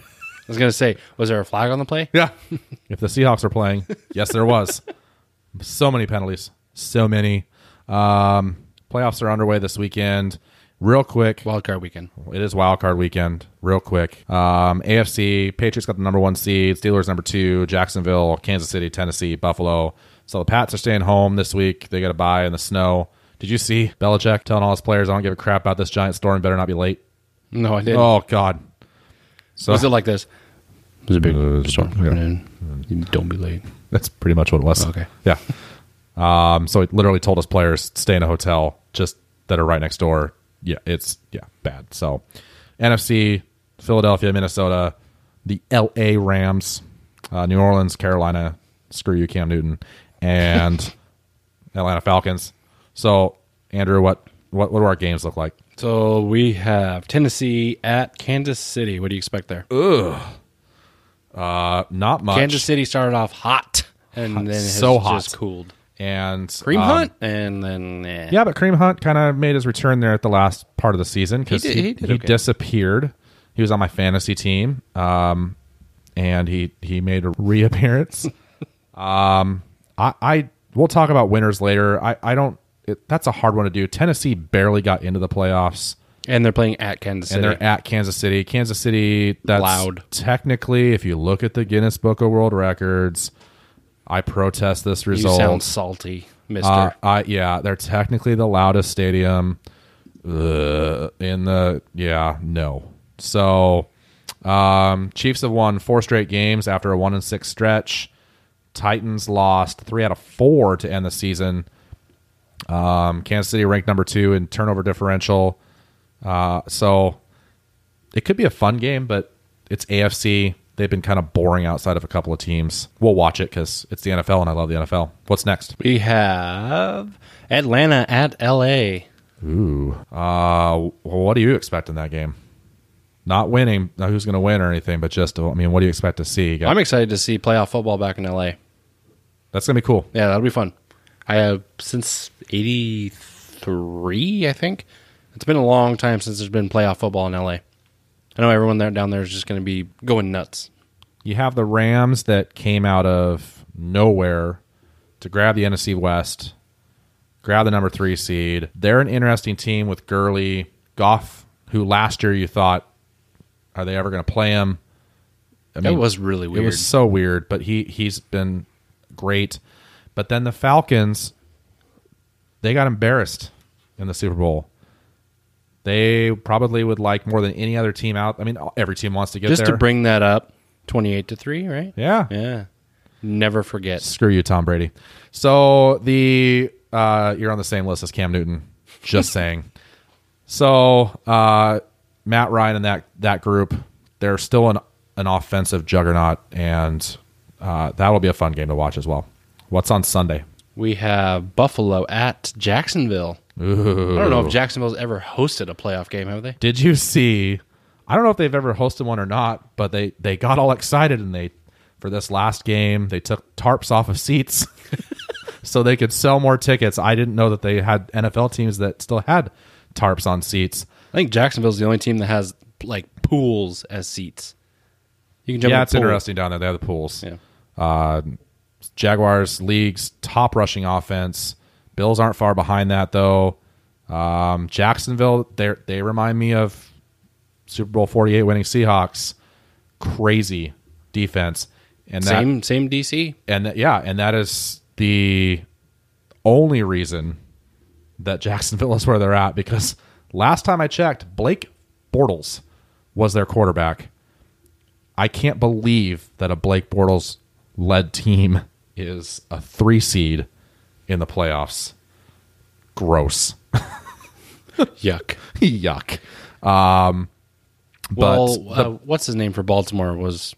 [SPEAKER 3] was gonna say, was there a flag on the play?
[SPEAKER 1] Yeah. if the Seahawks are playing, yes there was. so many penalties. So many. Um playoffs are underway this weekend. Real quick.
[SPEAKER 3] Wild card weekend.
[SPEAKER 1] It is wild card weekend, real quick. Um, AFC Patriots got the number one seed, Steelers number two, Jacksonville, Kansas City, Tennessee, Buffalo. So the Pats are staying home this week. They got a bye in the snow. Did you see Belichick telling all his players, "I don't give a crap about this giant storm. Better not be late."
[SPEAKER 3] No, I didn't.
[SPEAKER 1] Oh God. So
[SPEAKER 3] Was it like this? It was a big
[SPEAKER 1] Uh,
[SPEAKER 3] storm.
[SPEAKER 1] yeah.
[SPEAKER 3] coming in. You Don't be late.
[SPEAKER 1] that's pretty much what it was.
[SPEAKER 3] Okay.
[SPEAKER 1] Yeah. Um, so he literally told his players stay in a hotel just that are right next door. Yeah, it's yeah bad. So NFC, Philadelphia, Minnesota, the L.A. Rams, uh, New Orleans, Carolina. Screw you, Cam Newton, and Atlanta Falcons. So Andrew, what what what do our games look like?
[SPEAKER 3] So we have Tennessee at Kansas City. What do you expect there?
[SPEAKER 1] Uh, not much.
[SPEAKER 3] Kansas City started off hot, and then it has
[SPEAKER 1] So hot.
[SPEAKER 3] just cooled.
[SPEAKER 1] and
[SPEAKER 3] Cream
[SPEAKER 1] um,
[SPEAKER 3] Hunt, and then eh.
[SPEAKER 1] Yeah, but Cream Hunt kind of made his return there at the last part of the season because he,
[SPEAKER 3] He did-
[SPEAKER 1] he,
[SPEAKER 3] he did okay.
[SPEAKER 1] disappeared. He was on my fantasy team, um, and he he made a reappearance. um, I, I we'll talk about winners later. I I don't. It, that's a hard one to do. Tennessee barely got into the playoffs,
[SPEAKER 3] and they're playing at Kansas City.
[SPEAKER 1] and they're at Kansas City. Kansas City, that's
[SPEAKER 3] Loud.
[SPEAKER 1] Technically, if you look at the Guinness Book of World Records, I protest this
[SPEAKER 3] you
[SPEAKER 1] result.
[SPEAKER 3] sound salty, Mister.
[SPEAKER 1] Uh, I yeah, they're technically the loudest stadium uh, in the yeah no. So um, Chiefs have won four straight games after a one and six stretch. Titans lost three out of four to end the season. Um, Kansas City ranked number two in turnover differential. Uh, so it could be a fun game, but it's AFC. They've been kind of boring outside of a couple of teams. We'll watch it because it's the NFL and I love the NFL. What's next?
[SPEAKER 3] we have Atlanta at L.A.
[SPEAKER 1] Uh, well, what do you expect in that game? Not winning, not who's going to win or anything, but just I mean, what do you expect to see? You got-
[SPEAKER 3] I'm excited to see playoff football back in L.A.
[SPEAKER 1] That's going to be cool.
[SPEAKER 3] Yeah, that'll be fun. I have since '83, I think. It's been a long time since there's been playoff football in L.A. I know everyone there down there is just going to be going nuts.
[SPEAKER 1] You have the Rams that came out of nowhere to grab the NFC West, grab the number three seed. They're an interesting team with Gurley, Goff, who last year you thought, are they ever going to play him? I
[SPEAKER 3] That was really weird.
[SPEAKER 1] It was so weird, but he he's been great. But then the Falcons, they got embarrassed in the Super Bowl. They probably would like more than any other team out. I mean, every team wants to get
[SPEAKER 3] just
[SPEAKER 1] there.
[SPEAKER 3] to bring that up, twenty-eight to three, right?
[SPEAKER 1] yeah.
[SPEAKER 3] yeah. Never forget.
[SPEAKER 1] Screw you, Tom Brady. So the uh, you're on the same list as Cam Newton. Just saying. So uh, Matt Ryan and that that group, they're still an an offensive juggernaut, and uh, that'll be a fun game to watch as well. What's on Sunday?
[SPEAKER 3] We have Buffalo at Jacksonville. I don't know if Jacksonville's ever hosted a playoff game, have they?
[SPEAKER 1] Did you see? I don't know if they've ever hosted one or not, but they they got all excited and they for this last game they took tarps off of seats so they could sell more tickets. I didn't know that they had NFL teams that still had tarps on seats.
[SPEAKER 3] I think Jacksonville's the only team that has like pools as seats. You can jump. in
[SPEAKER 1] yeah,
[SPEAKER 3] a
[SPEAKER 1] it's
[SPEAKER 3] pool.
[SPEAKER 1] interesting down there. They have the pools. Uh,
[SPEAKER 3] Yeah.
[SPEAKER 1] Jaguars league's top rushing offense. Bills aren't far behind that though. Um, Jacksonville, they they remind me of Super Bowl forty eight winning Seahawks. Crazy defense, and that
[SPEAKER 3] Same same DC.
[SPEAKER 1] and that, yeah, and that is the only reason that Jacksonville is where they're at because last time I checked, Blake Bortles was their quarterback. I can't believe that a Blake Bortles led team is a three seed in the playoffs. Gross.
[SPEAKER 3] Yuck.
[SPEAKER 1] Yuck. Um,
[SPEAKER 3] well,
[SPEAKER 1] but
[SPEAKER 3] uh, what's his name for Baltimore was,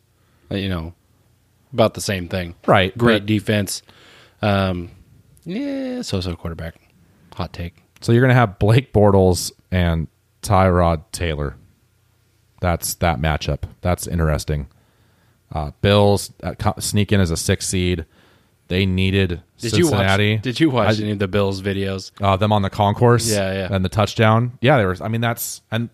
[SPEAKER 3] uh, you know, about the same thing.
[SPEAKER 1] Right,
[SPEAKER 3] Great
[SPEAKER 1] but-
[SPEAKER 3] defense. Um, yeah, so-so quarterback. Hot take.
[SPEAKER 1] so you're going to have Blake Bortles and Tyrod Taylor. That's that matchup. That's interesting. Uh, Bills uh, co- sneak in as a six seed. They needed
[SPEAKER 3] Did
[SPEAKER 1] Cincinnati.
[SPEAKER 3] you watch? Did you watch
[SPEAKER 1] I-
[SPEAKER 3] any of the Bills videos?
[SPEAKER 1] uh, them on the concourse.
[SPEAKER 3] Yeah, yeah.
[SPEAKER 1] And the touchdown. Yeah, there was. I mean, that's and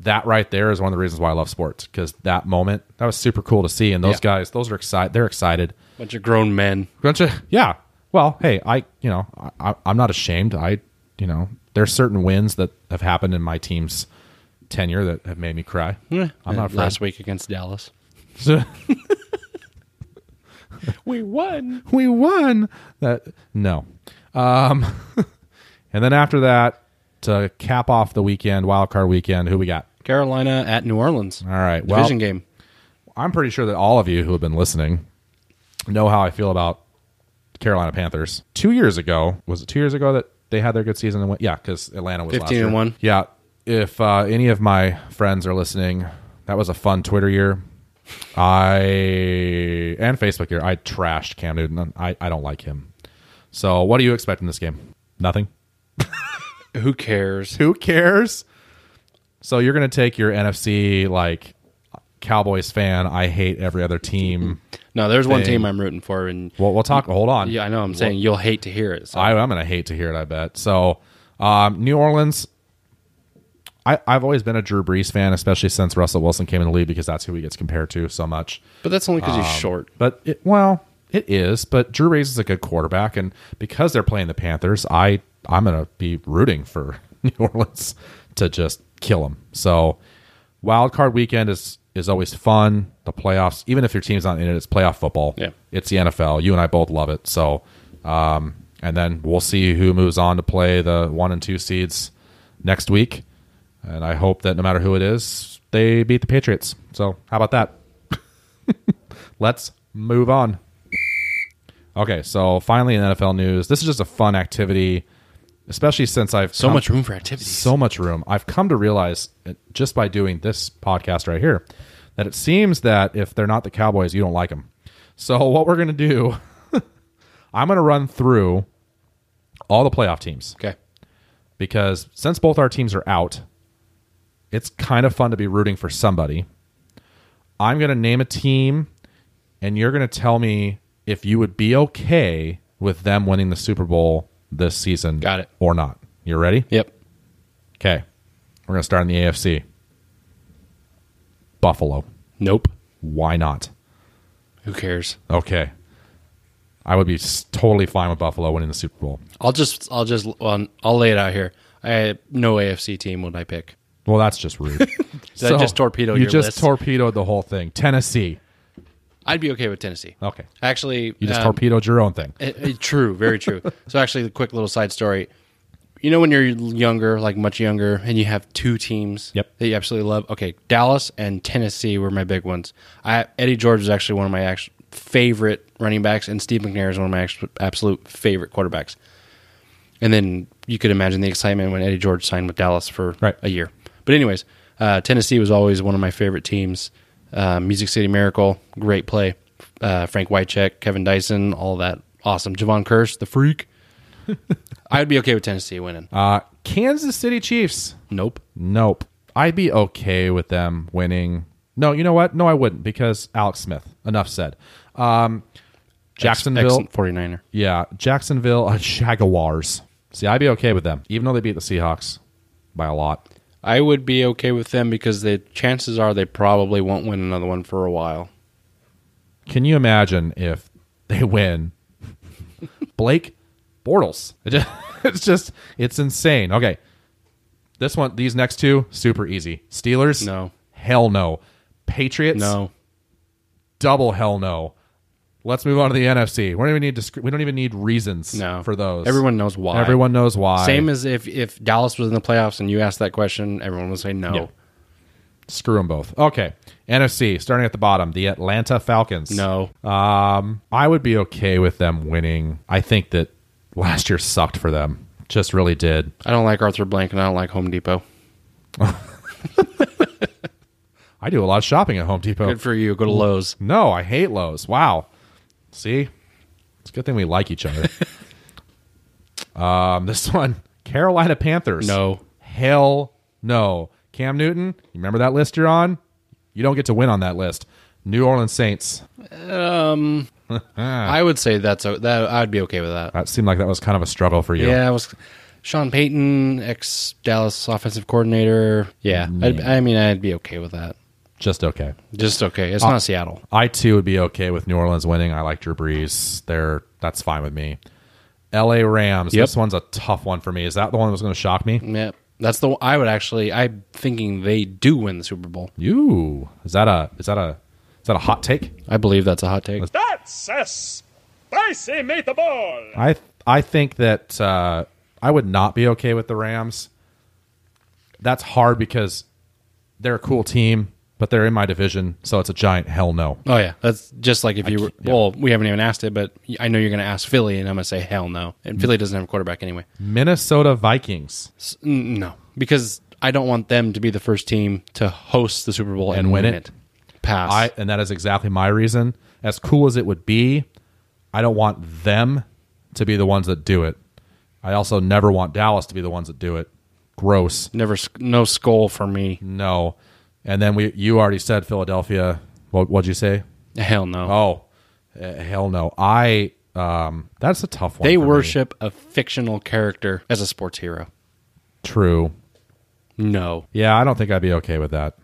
[SPEAKER 1] that right there is one of the reasons why I love sports because that moment that was super cool to see. And those
[SPEAKER 3] Yeah.
[SPEAKER 1] guys, those are excited. They're excited.
[SPEAKER 3] Bunch of grown men. uh,
[SPEAKER 1] Don't you? Yeah. Well, hey, I you know I, I- I'm not ashamed. I you know there's certain wins that have happened in my team's tenure that have made me cry. I'm not
[SPEAKER 3] last
[SPEAKER 1] afraid.
[SPEAKER 3] week against Dallas.
[SPEAKER 1] we won. We won. That no. Um, and then after that, to cap off the weekend, wild card weekend, who we got?
[SPEAKER 3] Carolina at New Orleans.
[SPEAKER 1] All right. Well,
[SPEAKER 3] Division game.
[SPEAKER 1] I'm pretty sure that all of you who have been listening know how I feel about Carolina Panthers. Two years ago, was it two years ago that they had their good season and went? Yeah, because Atlanta was
[SPEAKER 3] 15 and
[SPEAKER 1] last year.
[SPEAKER 3] one.
[SPEAKER 1] Yeah. If uh, any of my friends are listening, that was a fun Twitter year. I and Facebook year. I trashed Cam Newton. I, I don't like him. So what do you expect in this game? Nothing.
[SPEAKER 3] Who cares?
[SPEAKER 1] Who cares? So you're gonna take your NFC like Cowboys fan. I hate every other team.
[SPEAKER 3] No, there's one
[SPEAKER 1] Thing.
[SPEAKER 3] team I'm rooting for, and
[SPEAKER 1] Well, we'll talk. Hold on.
[SPEAKER 3] yeah, I know. I'm saying you'll hate to hear it. So.
[SPEAKER 1] I, I'm going to hate to hear it. I bet. So, um, New Orleans. I, I've always been a Drew Brees fan, especially since Russell Wilson came in the league because that's who he gets compared to so much.
[SPEAKER 3] but that's only because
[SPEAKER 1] Um,
[SPEAKER 3] he's short.
[SPEAKER 1] But it, well, it is. But Drew Brees is a good quarterback, and because they're playing the Panthers, I I'm going to be rooting for New Orleans to just kill them. So, wild card weekend is is always fun. The playoffs, even if your team's not in it, it's playoff football.
[SPEAKER 3] Yeah.
[SPEAKER 1] it's the NFL. You and I both love it. So, um, and then we'll see who moves on to play the one and two seeds next week. And I hope that no matter who it is, they beat the Patriots. So, how about that? Let's move on. Okay, so finally in NFL news, this is just a fun activity, especially since I've
[SPEAKER 3] So
[SPEAKER 1] come-
[SPEAKER 3] much room for activities.
[SPEAKER 1] um, so much room. I've come to realize uh, just by doing this podcast right here that it seems that if they're not the Cowboys, you don't like them. So what we're gonna do, I'm gonna run through all the playoff teams
[SPEAKER 3] okay.
[SPEAKER 1] because since both our teams are out, it's kind of fun to be rooting for somebody. I'm going to name a team, and you're going to tell me if you would be okay with them winning the Super Bowl this season.
[SPEAKER 3] Got it.
[SPEAKER 1] Or not. You ready?
[SPEAKER 3] Yep.
[SPEAKER 1] Okay. We're going to start in the AFC. Buffalo.
[SPEAKER 3] Nope.
[SPEAKER 1] Why not?
[SPEAKER 3] Who cares?
[SPEAKER 1] Okay. I would be s- totally fine with Buffalo winning the Super Bowl.
[SPEAKER 3] I'll just I'll just well, I'll lay it out here. I no AFC team would I pick.
[SPEAKER 1] Well, that's just rude.
[SPEAKER 3] Did I just torpedo
[SPEAKER 1] you
[SPEAKER 3] your
[SPEAKER 1] just
[SPEAKER 3] list?
[SPEAKER 1] torpedoed the whole thing. Tennessee.
[SPEAKER 3] I'd be okay with Tennessee.
[SPEAKER 1] Okay.
[SPEAKER 3] Actually,
[SPEAKER 1] Oh. You just
[SPEAKER 3] um,
[SPEAKER 1] torpedoed your own thing.
[SPEAKER 3] it- it- eh, true, very true. so actually, the quick little side story. You know when you're younger, like much younger, and you have two teams
[SPEAKER 1] Yep.
[SPEAKER 3] that you absolutely love. Okay, Dallas and Tennessee were my big ones. I Eddie George was actually one of my act- favorite running backs, and Steve McNair is one of my act- absolute favorite quarterbacks. And then you could imagine the excitement when Eddie George signed with Dallas for
[SPEAKER 1] Right.
[SPEAKER 3] a year. But anyways, uh, Tennessee was always one of my favorite teams. Uh, Music City Miracle, great play. Uh, Frank Wycheck, Kevin Dyson, all that awesome. Javon Curse, the freak. I would be okay with Tennessee winning.
[SPEAKER 1] Uh, Kansas City Chiefs.
[SPEAKER 3] nope.
[SPEAKER 1] Nope. I'd be okay with them winning. No, you know what? No, I wouldn't because Alex Smith. Enough said. Um, Jacksonville.
[SPEAKER 3] Excellent 49er.
[SPEAKER 1] Yeah, Jacksonville uh, Jaguars. See, I'd be okay with them, even though they beat the Seahawks by a lot.
[SPEAKER 3] I would be okay with them because the chances are they probably won't win another one for a while.
[SPEAKER 1] Can you imagine if they win? Blake Bortles. It just- it's just it's insane. Okay. This one these next two super easy. Steelers?
[SPEAKER 3] No.
[SPEAKER 1] Hell no. Patriots?
[SPEAKER 3] No.
[SPEAKER 1] Double hell no. Let's move on to the NFC. We don't even need disc- we don't even need reasons
[SPEAKER 3] No.
[SPEAKER 1] for those.
[SPEAKER 3] Everyone knows why.
[SPEAKER 1] Everyone knows why.
[SPEAKER 3] Same as if, if Dallas was in the playoffs and you asked that question, everyone would say no.
[SPEAKER 1] Yeah. screw them both. Okay. NFC starting at the bottom, the Atlanta Falcons.
[SPEAKER 3] No.
[SPEAKER 1] Um, I would be okay with them winning. I think that last year sucked for them. Just really did.
[SPEAKER 3] I don't like Arthur Blank and I don't like Home Depot.
[SPEAKER 1] I do a lot of shopping at Home Depot.
[SPEAKER 3] Good for you. Go to Lowe's.
[SPEAKER 1] no, I hate Lowe's. Wow. See? It's a good thing we like each other. um, this one, Carolina Panthers.
[SPEAKER 3] No.
[SPEAKER 1] Hell no. Cam Newton, you remember that list you're on? You don't get to win on that list. New Orleans Saints.
[SPEAKER 3] Um, I would say that's o that I'd be okay with that.
[SPEAKER 1] That seemed like that was kind of a struggle for you.
[SPEAKER 3] Yeah, I was Sean Payton, ex Dallas offensive coordinator. Yeah, I'd, I mean, I'd be okay with that.
[SPEAKER 1] Just okay.
[SPEAKER 3] Just okay. It's not Seattle.
[SPEAKER 1] I too would be okay with New Orleans winning. I like Drew Brees. They're that's fine with me. LA Rams.
[SPEAKER 3] Yep.
[SPEAKER 1] This one's a tough one for me. Is that the one that was going to shock me?
[SPEAKER 3] Yeah, that's the. I would actually. I'm thinking they do win the Super Bowl.
[SPEAKER 1] You is that a is that a is that a hot take?
[SPEAKER 3] I believe that's a hot take.
[SPEAKER 4] That's a spicy meatball.
[SPEAKER 1] I I think that uh, I would not be okay with the Rams. That's hard because they're a cool team, but they're in my division, so it's a giant hell no.
[SPEAKER 3] Oh yeah, that's just like if you were.
[SPEAKER 1] yeah.
[SPEAKER 3] Well, we haven't even asked it, but I know you're going to ask Philly, and I'm going to say hell no. And Philly doesn't have a quarterback anyway.
[SPEAKER 1] Minnesota Vikings
[SPEAKER 3] S- n- No, because I don't want them to be the first team to host the Super Bowl and, win, it. Pass.
[SPEAKER 1] I and that is exactly my reason. As cool as it would be, I don't want them to be the ones that do it. I also never want Dallas to be the ones that do it. Gross.
[SPEAKER 3] never sc- no skull for me.
[SPEAKER 1] No. And then we you already said Philadelphia. What what'd you say?
[SPEAKER 3] Hell no.
[SPEAKER 1] Oh. eh, hell no. I um that's a tough one.
[SPEAKER 3] they
[SPEAKER 1] for me.
[SPEAKER 3] worship a fictional character as a sports hero.
[SPEAKER 1] True.
[SPEAKER 3] No.
[SPEAKER 1] Yeah, I don't think I'd be okay with that.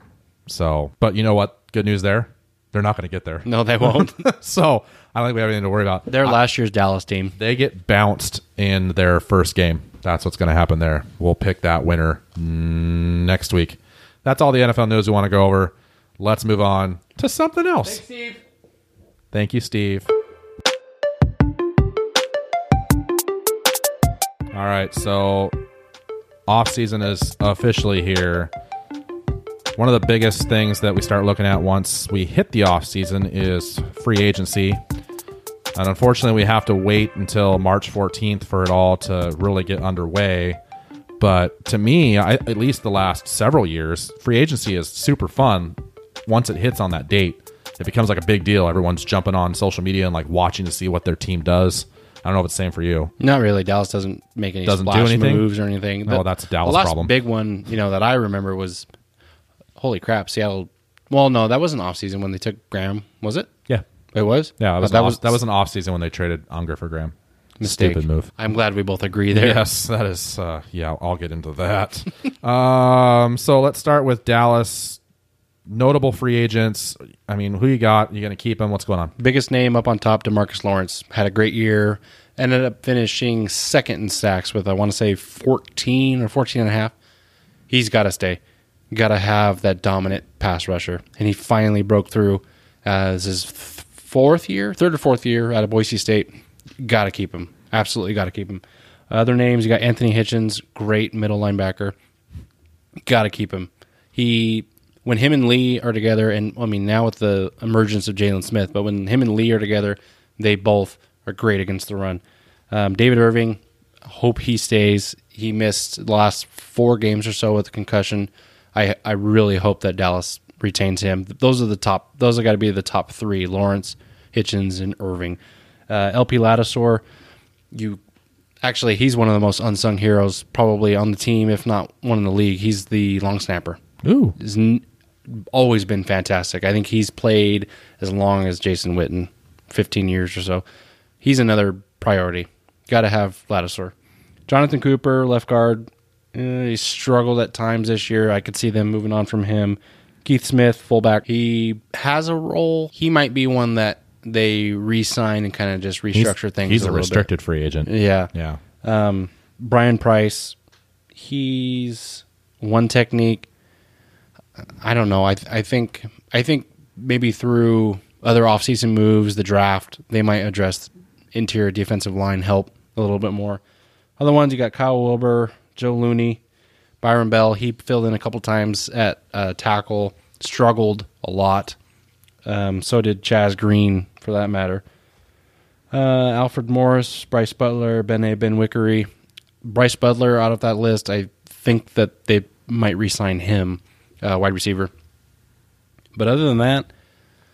[SPEAKER 1] So, but you know what? Good news there. They're not going to get there.
[SPEAKER 3] No, they won't.
[SPEAKER 1] So, I don't think we have anything to worry about.
[SPEAKER 3] They're last year's Dallas team.
[SPEAKER 1] they get bounced in their first game. That's what's going to happen there. We'll pick that winner mm, next week. That's all the NFL news we want to go over. Let's move on to something else.
[SPEAKER 6] Steve.
[SPEAKER 1] Thank you, Steve. All right, so off season is officially here. One of the biggest things that we start looking at once we hit the off season is free agency. And unfortunately, we have to wait until March 14th for it all to really get underway. But to me, I, at least the last several years, free agency is super fun. Once it hits on that date, it becomes like a big deal. Everyone's jumping on social media and like watching to see what their team does. I don't know if it's the same for you.
[SPEAKER 3] Not really. Dallas doesn't make any
[SPEAKER 1] Doesn't do
[SPEAKER 3] splash
[SPEAKER 1] anything?
[SPEAKER 3] moves or anything.
[SPEAKER 1] No, that's a Dallas
[SPEAKER 3] the last
[SPEAKER 1] problem.
[SPEAKER 3] Big one, you know, that I remember was, holy crap, Seattle. Well, no, that wasn't off season when they took Graham, was it?
[SPEAKER 1] Yeah.
[SPEAKER 3] It was.
[SPEAKER 1] Yeah, that was,
[SPEAKER 3] Uh, that
[SPEAKER 1] an off-
[SPEAKER 3] was
[SPEAKER 1] that was an off season when they traded Unger for Graham.
[SPEAKER 3] mistake.
[SPEAKER 1] Stupid move.
[SPEAKER 3] I'm glad we both agree there.
[SPEAKER 1] Yes, that is. Uh, yeah, I'll get into that. um, so let's start with Dallas. Notable free agents. I mean, who you got? You going to keep him? What's going on?
[SPEAKER 3] Biggest name up on top, Demarcus Lawrence had a great year. Ended up finishing second in sacks with I want to say 14 or 14 and a half. He's got to stay. Got to have that dominant pass rusher, and he finally broke through as his th- fourth year, third or fourth year out of Boise State. Got to keep him. Absolutely got to keep him. Other names you got Anthony Hitchens, great middle linebacker got to keep him. He when him and Lee are together, and I mean now with the emergence of Jalen Smith, but when him and Lee are together, they both are great against the run. Um, David Irving, hope he stays. He missed the last four games or so with a concussion. I I really hope that Dallas retains him. Those are the top. Those are got to be the top three: Lawrence, Hitchens, and Irving. Uh, LP Lattisore, you actually he's one of the most unsung heroes probably on the team if not one in the league he's the long snapper
[SPEAKER 1] Ooh,
[SPEAKER 3] he's n- always been fantastic i think he's played as long as jason witten 15 years or so he's another priority gotta have Latisaur. jonathan cooper left guard eh, he struggled at times this year i could see them moving on from him keith smith fullback he has a role he might be one that they re-sign and kind of just restructure things
[SPEAKER 1] He's a,
[SPEAKER 3] little bit.
[SPEAKER 1] restricted free agent.
[SPEAKER 3] yeah
[SPEAKER 1] Yeah.
[SPEAKER 3] um, Brian Price, he's one technique. I don't know. I I think I think maybe through other offseason moves, the draft, they might address interior defensive line help a little bit more. Other ones you got Kyle Wilbur, Joe Looney, Byron Bell. He filled in a couple times at uh, tackle, struggled a lot. Um, so did Chaz Green, for that matter. Uh, Alfred Morris, Bryce Butler, Benet Ben Wickery. Bryce Butler out of that list, I think that they might re-sign him, uh, wide receiver. But other than that,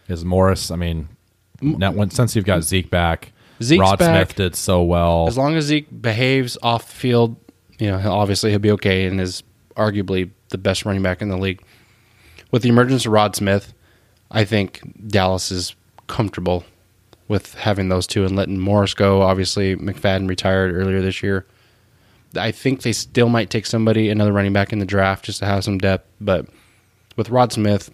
[SPEAKER 1] Is Morris? I mean, now, when, since you've got Zeke back,
[SPEAKER 3] Zeke's
[SPEAKER 1] Rod
[SPEAKER 3] back.
[SPEAKER 1] Smith did so well.
[SPEAKER 3] as long as Zeke behaves off the field, you know, he'll- obviously he'll be okay and is arguably the best running back in the league. with the emergence of Rod Smith, I think Dallas is comfortable with having those two and letting Morris go. Obviously, McFadden retired earlier this year. I think they still might take somebody, another running back in the draft, just to have some depth. But with Rod Smith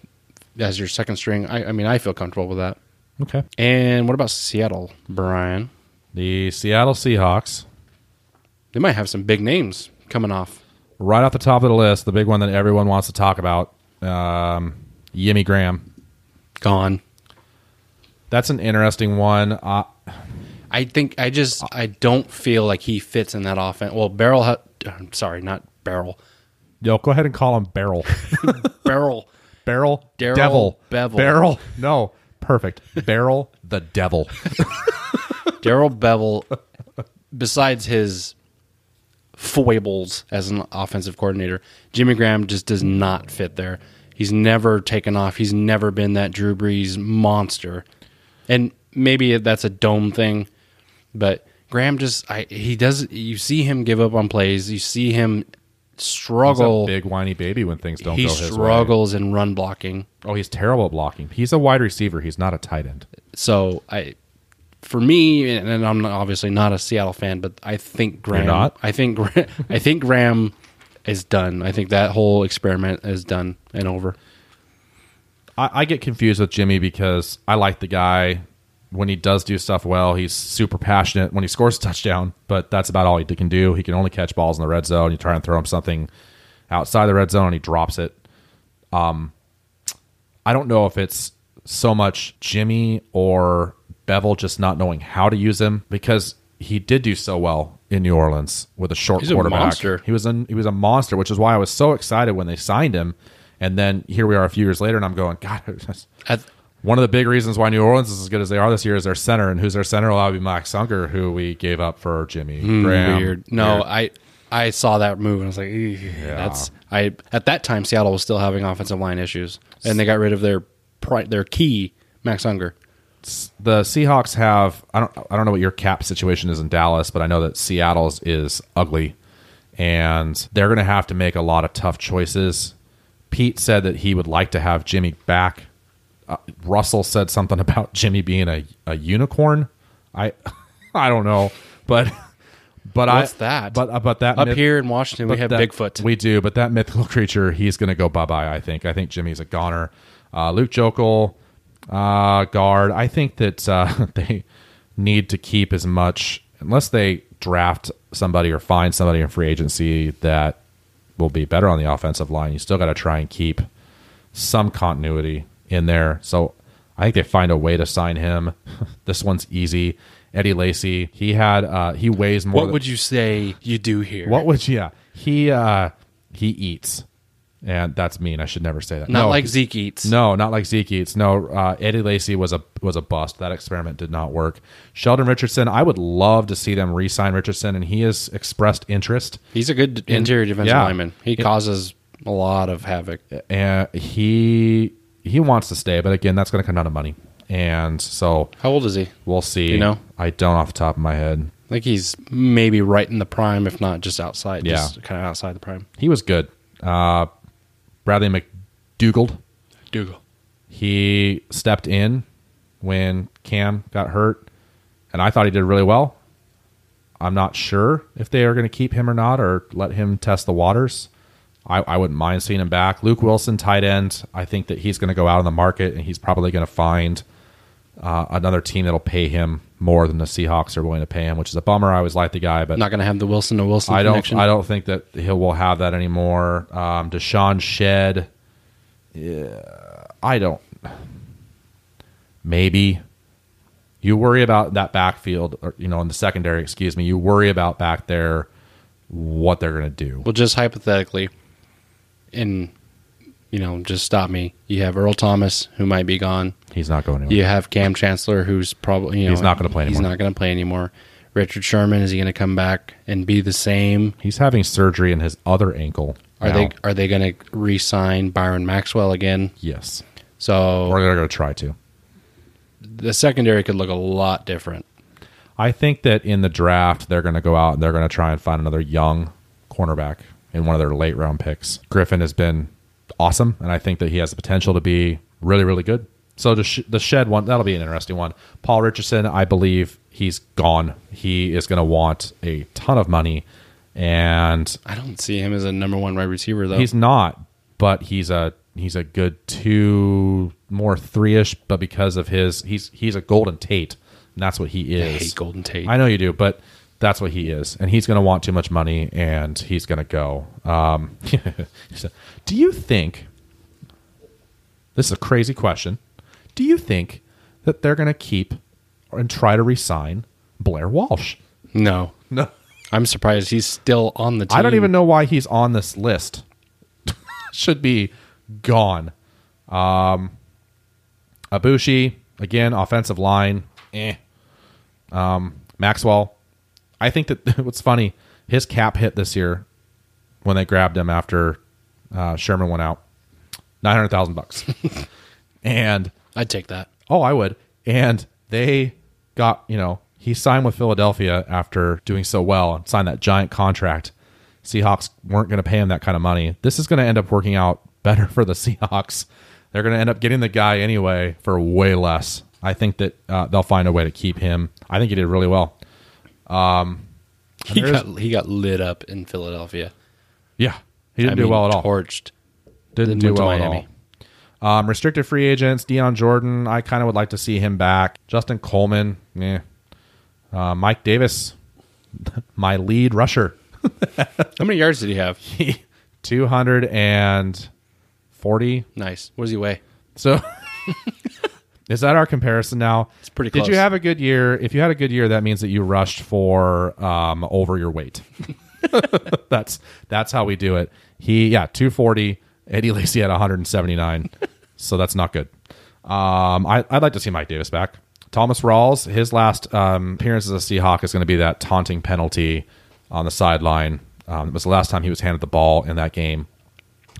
[SPEAKER 3] as your second string, I, I mean, I feel comfortable with that.
[SPEAKER 1] Okay.
[SPEAKER 3] And what about Seattle, Brian?
[SPEAKER 1] The Seattle Seahawks,
[SPEAKER 3] They might have some big names coming off.
[SPEAKER 1] right off the top of the list, the big one that everyone wants to talk about, um, Yimmy Graham.
[SPEAKER 3] Gone.
[SPEAKER 1] That's an interesting one. Uh,
[SPEAKER 3] I think I just I don't feel like he fits in that offense. Well, Barrel, ha- I'm sorry, not Barrel,
[SPEAKER 1] yo, go ahead and call him Barrel.
[SPEAKER 3] Barrel.
[SPEAKER 1] Barrel,
[SPEAKER 3] Daryl
[SPEAKER 1] Devil,
[SPEAKER 3] Bevel.
[SPEAKER 1] Barrel. No, perfect. Barrel, the Devil.
[SPEAKER 3] Daryl Bevel, besides his foibles as an offensive coordinator, Jimmy Graham just does not fit there. He's never taken off. He's never been that Drew Brees monster. And maybe that's a dome thing, but Graham just I he does you see him give up on plays, you see him
[SPEAKER 1] He's a
[SPEAKER 3] struggle.
[SPEAKER 1] big whiny baby when things don't
[SPEAKER 3] He
[SPEAKER 1] go his way.
[SPEAKER 3] struggles in run blocking.
[SPEAKER 1] Oh, he's terrible at blocking. He's a wide receiver. He's not a tight end.
[SPEAKER 3] So I, for me, and- and I'm obviously not a Seattle fan, but I think Graham.
[SPEAKER 1] not?
[SPEAKER 3] I think Gra- I think Graham is done. I think that whole experiment is done and over.
[SPEAKER 1] I, I get confused with Jimmy because I like the guy. When he does do stuff well, he's super passionate when he scores a touchdown, but that's about all he can do. He can only catch balls in the red zone. You try and throw him something outside the red zone and he drops it. Um, I don't know if it's so much Jimmy or Bevel just not knowing how to use him because he did do so well in New Orleans with a short
[SPEAKER 3] He's a
[SPEAKER 1] quarterback.
[SPEAKER 3] monster.
[SPEAKER 1] He was an, he was a monster, which is why I was so excited when they signed him. And then here we are a few years later, and I'm going, God, that's-
[SPEAKER 3] At,
[SPEAKER 1] one of the big reasons why New Orleans is as good as they are this year is their center, and who's their center? Well, that would be Max Sunker, who we gave up for Jimmy Graham.
[SPEAKER 3] Hmm, weird. No,
[SPEAKER 1] Weird.
[SPEAKER 3] I I saw that move and I was like, "Ew, that's I. At that time, Seattle was still having offensive line issues, and they got rid of their pri- their key Max Unger.
[SPEAKER 1] the Seahawks have I don't I don't know what your cap situation is in Dallas, but I know that Seattle's is ugly, and they're going to have to make a lot of tough choices. Pete said that he would like to have Jimmy back. Uh, Russell said something about Jimmy being a, a unicorn. I I don't know, but but
[SPEAKER 3] What's
[SPEAKER 1] I
[SPEAKER 3] that?
[SPEAKER 1] but uh, but that
[SPEAKER 3] Up
[SPEAKER 1] myth-
[SPEAKER 3] here in Washington, we
[SPEAKER 1] but
[SPEAKER 3] have
[SPEAKER 1] that-
[SPEAKER 3] Bigfoot.
[SPEAKER 1] We do, but that mythical creature, he's going to go bye bye. I think. I think Jimmy's a goner. Uh, Luke Jokel, uh, guard. I think that uh, they need to keep as much, unless they draft somebody or find somebody in free agency that will be better on the offensive line. You still got to try and keep some continuity in there. So I think they find a way to sign him. this one's easy. Eddie Lacy, he had uh, he weighs more.
[SPEAKER 3] what
[SPEAKER 1] than-
[SPEAKER 3] would you say you do here?
[SPEAKER 1] what would yeah? He uh he eats. And that's mean. I should never say that.
[SPEAKER 3] Not
[SPEAKER 1] no,
[SPEAKER 3] like Zeke eats.
[SPEAKER 1] No, not like Zeke eats. No, uh, Eddie Lacy was a was a bust. That experiment did not work. Sheldon Richardson, I would love to see them re-sign Richardson, and he has expressed interest.
[SPEAKER 3] He's a good interior defensive
[SPEAKER 1] yeah.
[SPEAKER 3] lineman. He causes a lot of havoc.
[SPEAKER 1] And he he wants to stay, but again, that's going to come down to money. And so
[SPEAKER 3] How old is he?
[SPEAKER 1] we'll see.
[SPEAKER 3] You know?
[SPEAKER 1] I don't off the top of my head.
[SPEAKER 3] Like he's maybe right in the prime, if not just outside.
[SPEAKER 1] Yeah.
[SPEAKER 3] Just kind of outside the prime.
[SPEAKER 1] He was good. Uh, Bradley McDougald.
[SPEAKER 3] Dougal.
[SPEAKER 1] He stepped in when Cam got hurt, and I thought he did really well. I'm not sure if they are going to keep him or not, or let him test the waters. I, I wouldn't mind seeing him back. Luke Wilson, tight end. I think that he's going to go out on the market, and he's probably going to find uh, another team that'll pay him more than the Seahawks are willing to pay him, which is a bummer. I always like the guy, but
[SPEAKER 3] Not going to have the Wilson to Wilson
[SPEAKER 1] I don't.
[SPEAKER 3] connection.
[SPEAKER 1] I don't think that he will have that anymore. Um, Deshaun Shed. Yeah, I don't. Maybe you worry about that backfield, or you know, in the secondary. Excuse me. You worry about back there what they're going to do.
[SPEAKER 3] Well, just hypothetically, and, you know, just stop me. You have Earl Thomas, who might be gone.
[SPEAKER 1] He's not going anywhere.
[SPEAKER 3] You have Cam Chancellor, who's probably, you know,
[SPEAKER 1] Oh. He's not gonna play
[SPEAKER 3] He's
[SPEAKER 1] anymore.
[SPEAKER 3] not going to play anymore. Richard Sherman, is he going to come back and be the same?
[SPEAKER 1] He's having surgery in his other ankle.
[SPEAKER 3] Are
[SPEAKER 1] now.
[SPEAKER 3] they are they going to re sign Byron Maxwell again?
[SPEAKER 1] Yes.
[SPEAKER 3] So
[SPEAKER 1] Or they're going to try to.
[SPEAKER 3] the secondary could look a lot different.
[SPEAKER 1] I think that in the draft they're going to go out and they're going to try and find another young cornerback in one of their late round picks. Griffin has been awesome, and I think that he has the potential to be really, really good. So the, sh- the shed one that'll be an interesting one. Paul Richardson, I believe he's gone. He is going to want a ton of money, and
[SPEAKER 3] I don't see him as a number one wide receiver though.
[SPEAKER 1] He's not, but he's a he's a good two, more three ish. But because of his, he's he's a Golden Tate, and that's what he is.
[SPEAKER 3] I hate Golden Tate.
[SPEAKER 1] I know you do, but that's what he is, and he's going to want too much money, and he's going to go. Um, so, do you think? This is a crazy question. Do you think that they're going to keep and try to resign Blair Walsh?
[SPEAKER 3] no,
[SPEAKER 1] No,
[SPEAKER 3] I'm surprised he's still on the team.
[SPEAKER 1] I don't even know why he's on this list. Should be gone. Um, Abushi again, offensive line. Eh. Um, Maxwell. I think that what's funny, his cap hit this year when they grabbed him after uh, Sherman went out, nine hundred thousand bucks, and
[SPEAKER 3] I'd take that.
[SPEAKER 1] Oh, I would. And they got, you know, he signed with Philadelphia after doing so well and signed that giant contract. Seahawks weren't going to pay him that kind of money. This is going to end up working out better for the Seahawks. They're going to end up getting the guy anyway for way less. I think that uh, they'll find a way to keep him. I think he did really well.
[SPEAKER 3] He
[SPEAKER 1] there's-
[SPEAKER 3] got he got lit up in Philadelphia.
[SPEAKER 1] Yeah. He didn't
[SPEAKER 3] I
[SPEAKER 1] do
[SPEAKER 3] mean,
[SPEAKER 1] well at all.
[SPEAKER 3] Torched.
[SPEAKER 1] didn't
[SPEAKER 3] Then
[SPEAKER 1] do
[SPEAKER 3] went to
[SPEAKER 1] well
[SPEAKER 3] Miami.
[SPEAKER 1] at all. Um, restricted free agents, Deion Jordan. I kind of would like to see him back. Justin Coleman, eh. Uh, Mike Davis, my lead rusher,
[SPEAKER 3] How many yards did he have?
[SPEAKER 1] 240.
[SPEAKER 3] Nice. What does he weigh?
[SPEAKER 1] So is that our comparison now? It's
[SPEAKER 3] pretty
[SPEAKER 1] Did you
[SPEAKER 3] close.
[SPEAKER 1] have a good year? If you had a good year, that means that you rushed for um, over your weight. that's that's how we do it. He yeah, 240. Eddie Lacy had 179. so that's not good. Um, I, I'd like to see Mike Davis back. Thomas Rawls, his last um, appearance as a Seahawk is going to be that taunting penalty on the sideline. Um, it was the last time he was handed the ball in that game.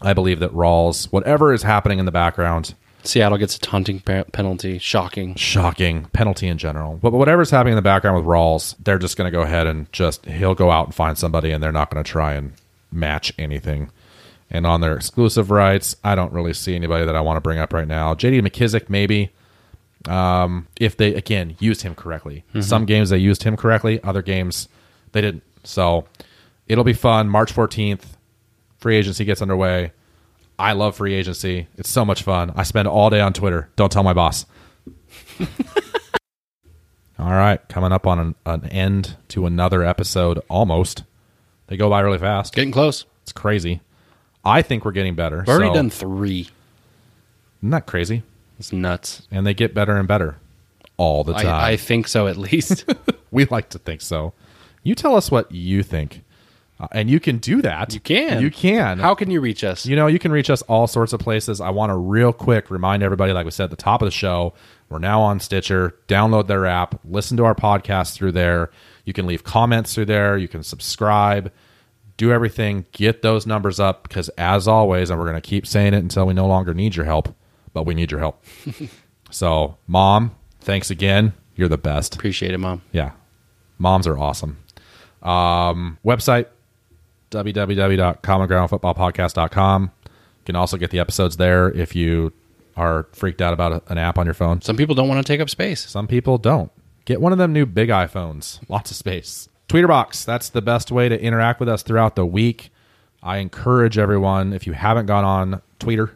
[SPEAKER 1] I believe that Rawls, whatever is happening in the background,
[SPEAKER 3] Seattle gets a taunting pe- penalty. Shocking.
[SPEAKER 1] shocking penalty in general. But whatever's happening in the background with Rawls, they're just going to go ahead and just he'll go out and find somebody, and they're not going to try and match anything. And on their exclusive rights, I don't really see anybody that I want to bring up right now. J.D. McKissick, maybe um, if they again used him correctly. Some games they used him correctly, other games they didn't. So it'll be fun. March fourteenth, free agency gets underway. I love free agency. It's so much fun. I spend all day on Twitter. Don't tell my boss. All right, coming up on an, an end to another episode almost. They go by really fast.
[SPEAKER 3] Getting close.
[SPEAKER 1] It's crazy. I think we're getting better.
[SPEAKER 3] We've already
[SPEAKER 1] so-
[SPEAKER 3] done three.
[SPEAKER 1] Isn't that crazy?
[SPEAKER 3] It's nuts.
[SPEAKER 1] And they get better and better all the time.
[SPEAKER 3] I, I think so at least.
[SPEAKER 1] we like to think so. You tell us what you think, uh, and you can do that.
[SPEAKER 3] you can.
[SPEAKER 1] You can.
[SPEAKER 3] How can you reach us?
[SPEAKER 1] You know, you can reach us all sorts of places. I want to real quick remind everybody, like we said at the top of the show, we're now on Stitcher. Download their app, listen to our podcast through there. You can leave comments through there. You can subscribe, do everything, get those numbers up because, as always, and we're going to keep saying it until we no longer need your help, but we need your help. so, mom, thanks again. You're the best.
[SPEAKER 3] Appreciate it, mom.
[SPEAKER 1] Yeah. Moms are awesome. Um, website, www.commongroundfootballpodcast.com. You can also get the episodes there if you are freaked out about a- an app on your phone.
[SPEAKER 3] Some people don't want to take up space.
[SPEAKER 1] Some people don't. Get one of them new big iPhones. Lots of space. Tweeterbox, that's the best way to interact with us throughout the week. I encourage everyone, if you haven't gone on Twitter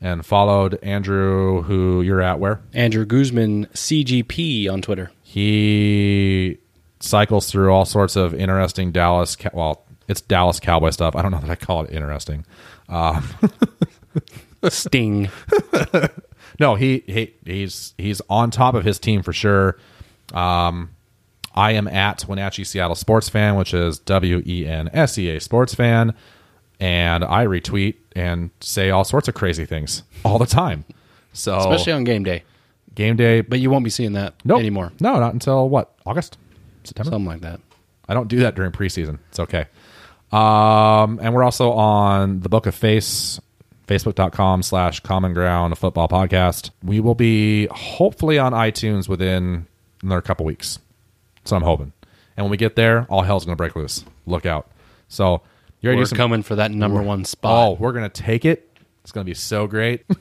[SPEAKER 1] and followed Andrew, who you're at where?
[SPEAKER 3] Andrew Guzman, CGP on Twitter.
[SPEAKER 1] he cycles through all sorts of interesting Dallas. Cow- Well, it's Dallas Cowboy stuff. I don't know that I call it interesting.
[SPEAKER 3] Sting.
[SPEAKER 1] No, he, he he's he's on top of his team for sure. Um, I am at Wenatchee Seattle Sports Fan, which is W E N S E A Sports Fan, and I retweet and say all sorts of crazy things all the time. So
[SPEAKER 3] Especially on game day.
[SPEAKER 1] game day,
[SPEAKER 3] But you won't be seeing that
[SPEAKER 1] Oh. nope.
[SPEAKER 3] anymore.
[SPEAKER 1] No, not until what August, September.
[SPEAKER 3] Something like that.
[SPEAKER 1] I don't do that during preseason. It's okay. Um, and we're also on the Book of Face, facebook.com slash common ground football podcast. We will be hopefully on iTunes within another couple weeks. So I'm hoping. And when we get there, all hell's going to break loose. Look out. So you ready
[SPEAKER 3] We're
[SPEAKER 1] to do some
[SPEAKER 3] coming for that number one
[SPEAKER 1] Oh,
[SPEAKER 3] spot.
[SPEAKER 1] we're going to take it. It's It's going to be so great.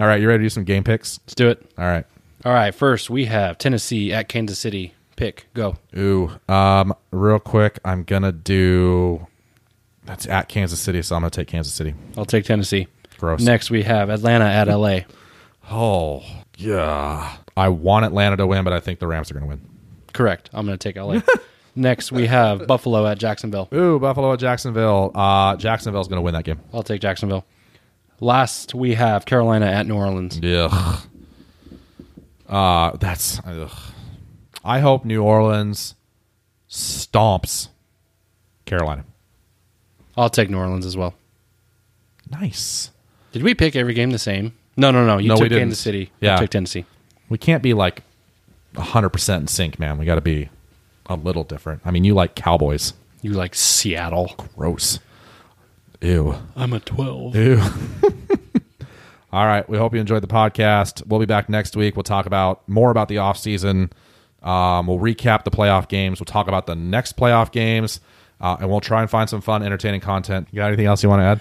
[SPEAKER 1] All right, you ready to do some game picks?
[SPEAKER 3] Let's do it.
[SPEAKER 1] All right.
[SPEAKER 3] All right. First, we have Tennessee at Kansas City. Pick. Go.
[SPEAKER 1] Ooh. Um, real quick, I'm going to do. That's at Kansas City, so I'm going to take Kansas City.
[SPEAKER 3] I'll take Tennessee.
[SPEAKER 1] Gross.
[SPEAKER 3] Next, we have Atlanta at LA.
[SPEAKER 1] Oh, yeah. I want Atlanta to win, but I think the Rams are going to win.
[SPEAKER 3] Correct. I'm going to take LA. Next, we have Buffalo at Jacksonville.
[SPEAKER 1] Ooh, Buffalo at Jacksonville. Uh, Jacksonville's going to win that game.
[SPEAKER 3] I'll take Jacksonville. Last, we have Carolina at New Orleans.
[SPEAKER 1] Yeah. Uh, that's. Ugh. I hope New Orleans stomps Carolina.
[SPEAKER 3] I'll take New Orleans as well.
[SPEAKER 1] Nice.
[SPEAKER 3] Did we pick every game the same? No, no, no. You
[SPEAKER 1] No, we
[SPEAKER 3] took
[SPEAKER 1] didn't.
[SPEAKER 3] Kansas City.
[SPEAKER 1] Yeah.
[SPEAKER 3] I took Tennessee.
[SPEAKER 1] We can't be like 100% in sync, man. We got to be a little different. I mean, you like Cowboys.
[SPEAKER 3] You like Seattle.
[SPEAKER 1] Gross. Ew.
[SPEAKER 3] I'm a 12.
[SPEAKER 1] Ew. All right. We hope you enjoyed the podcast. We'll be back next week. We'll talk about more about the offseason. Um, we'll recap the playoff games. We'll talk about the next playoff games. Uh, and we'll try and find some fun, entertaining content. You got anything else you want to add?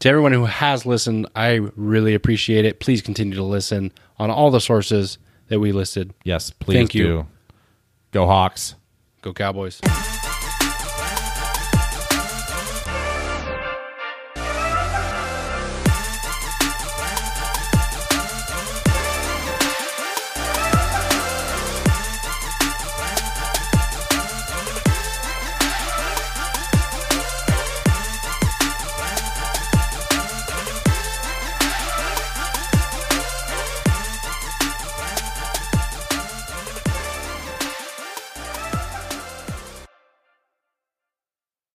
[SPEAKER 3] To everyone who has listened, I really appreciate it. Please continue to listen on all the sources that we listed.
[SPEAKER 1] Yes, please
[SPEAKER 3] Thank you.
[SPEAKER 1] do. Go Hawks.
[SPEAKER 3] Go Cowboys.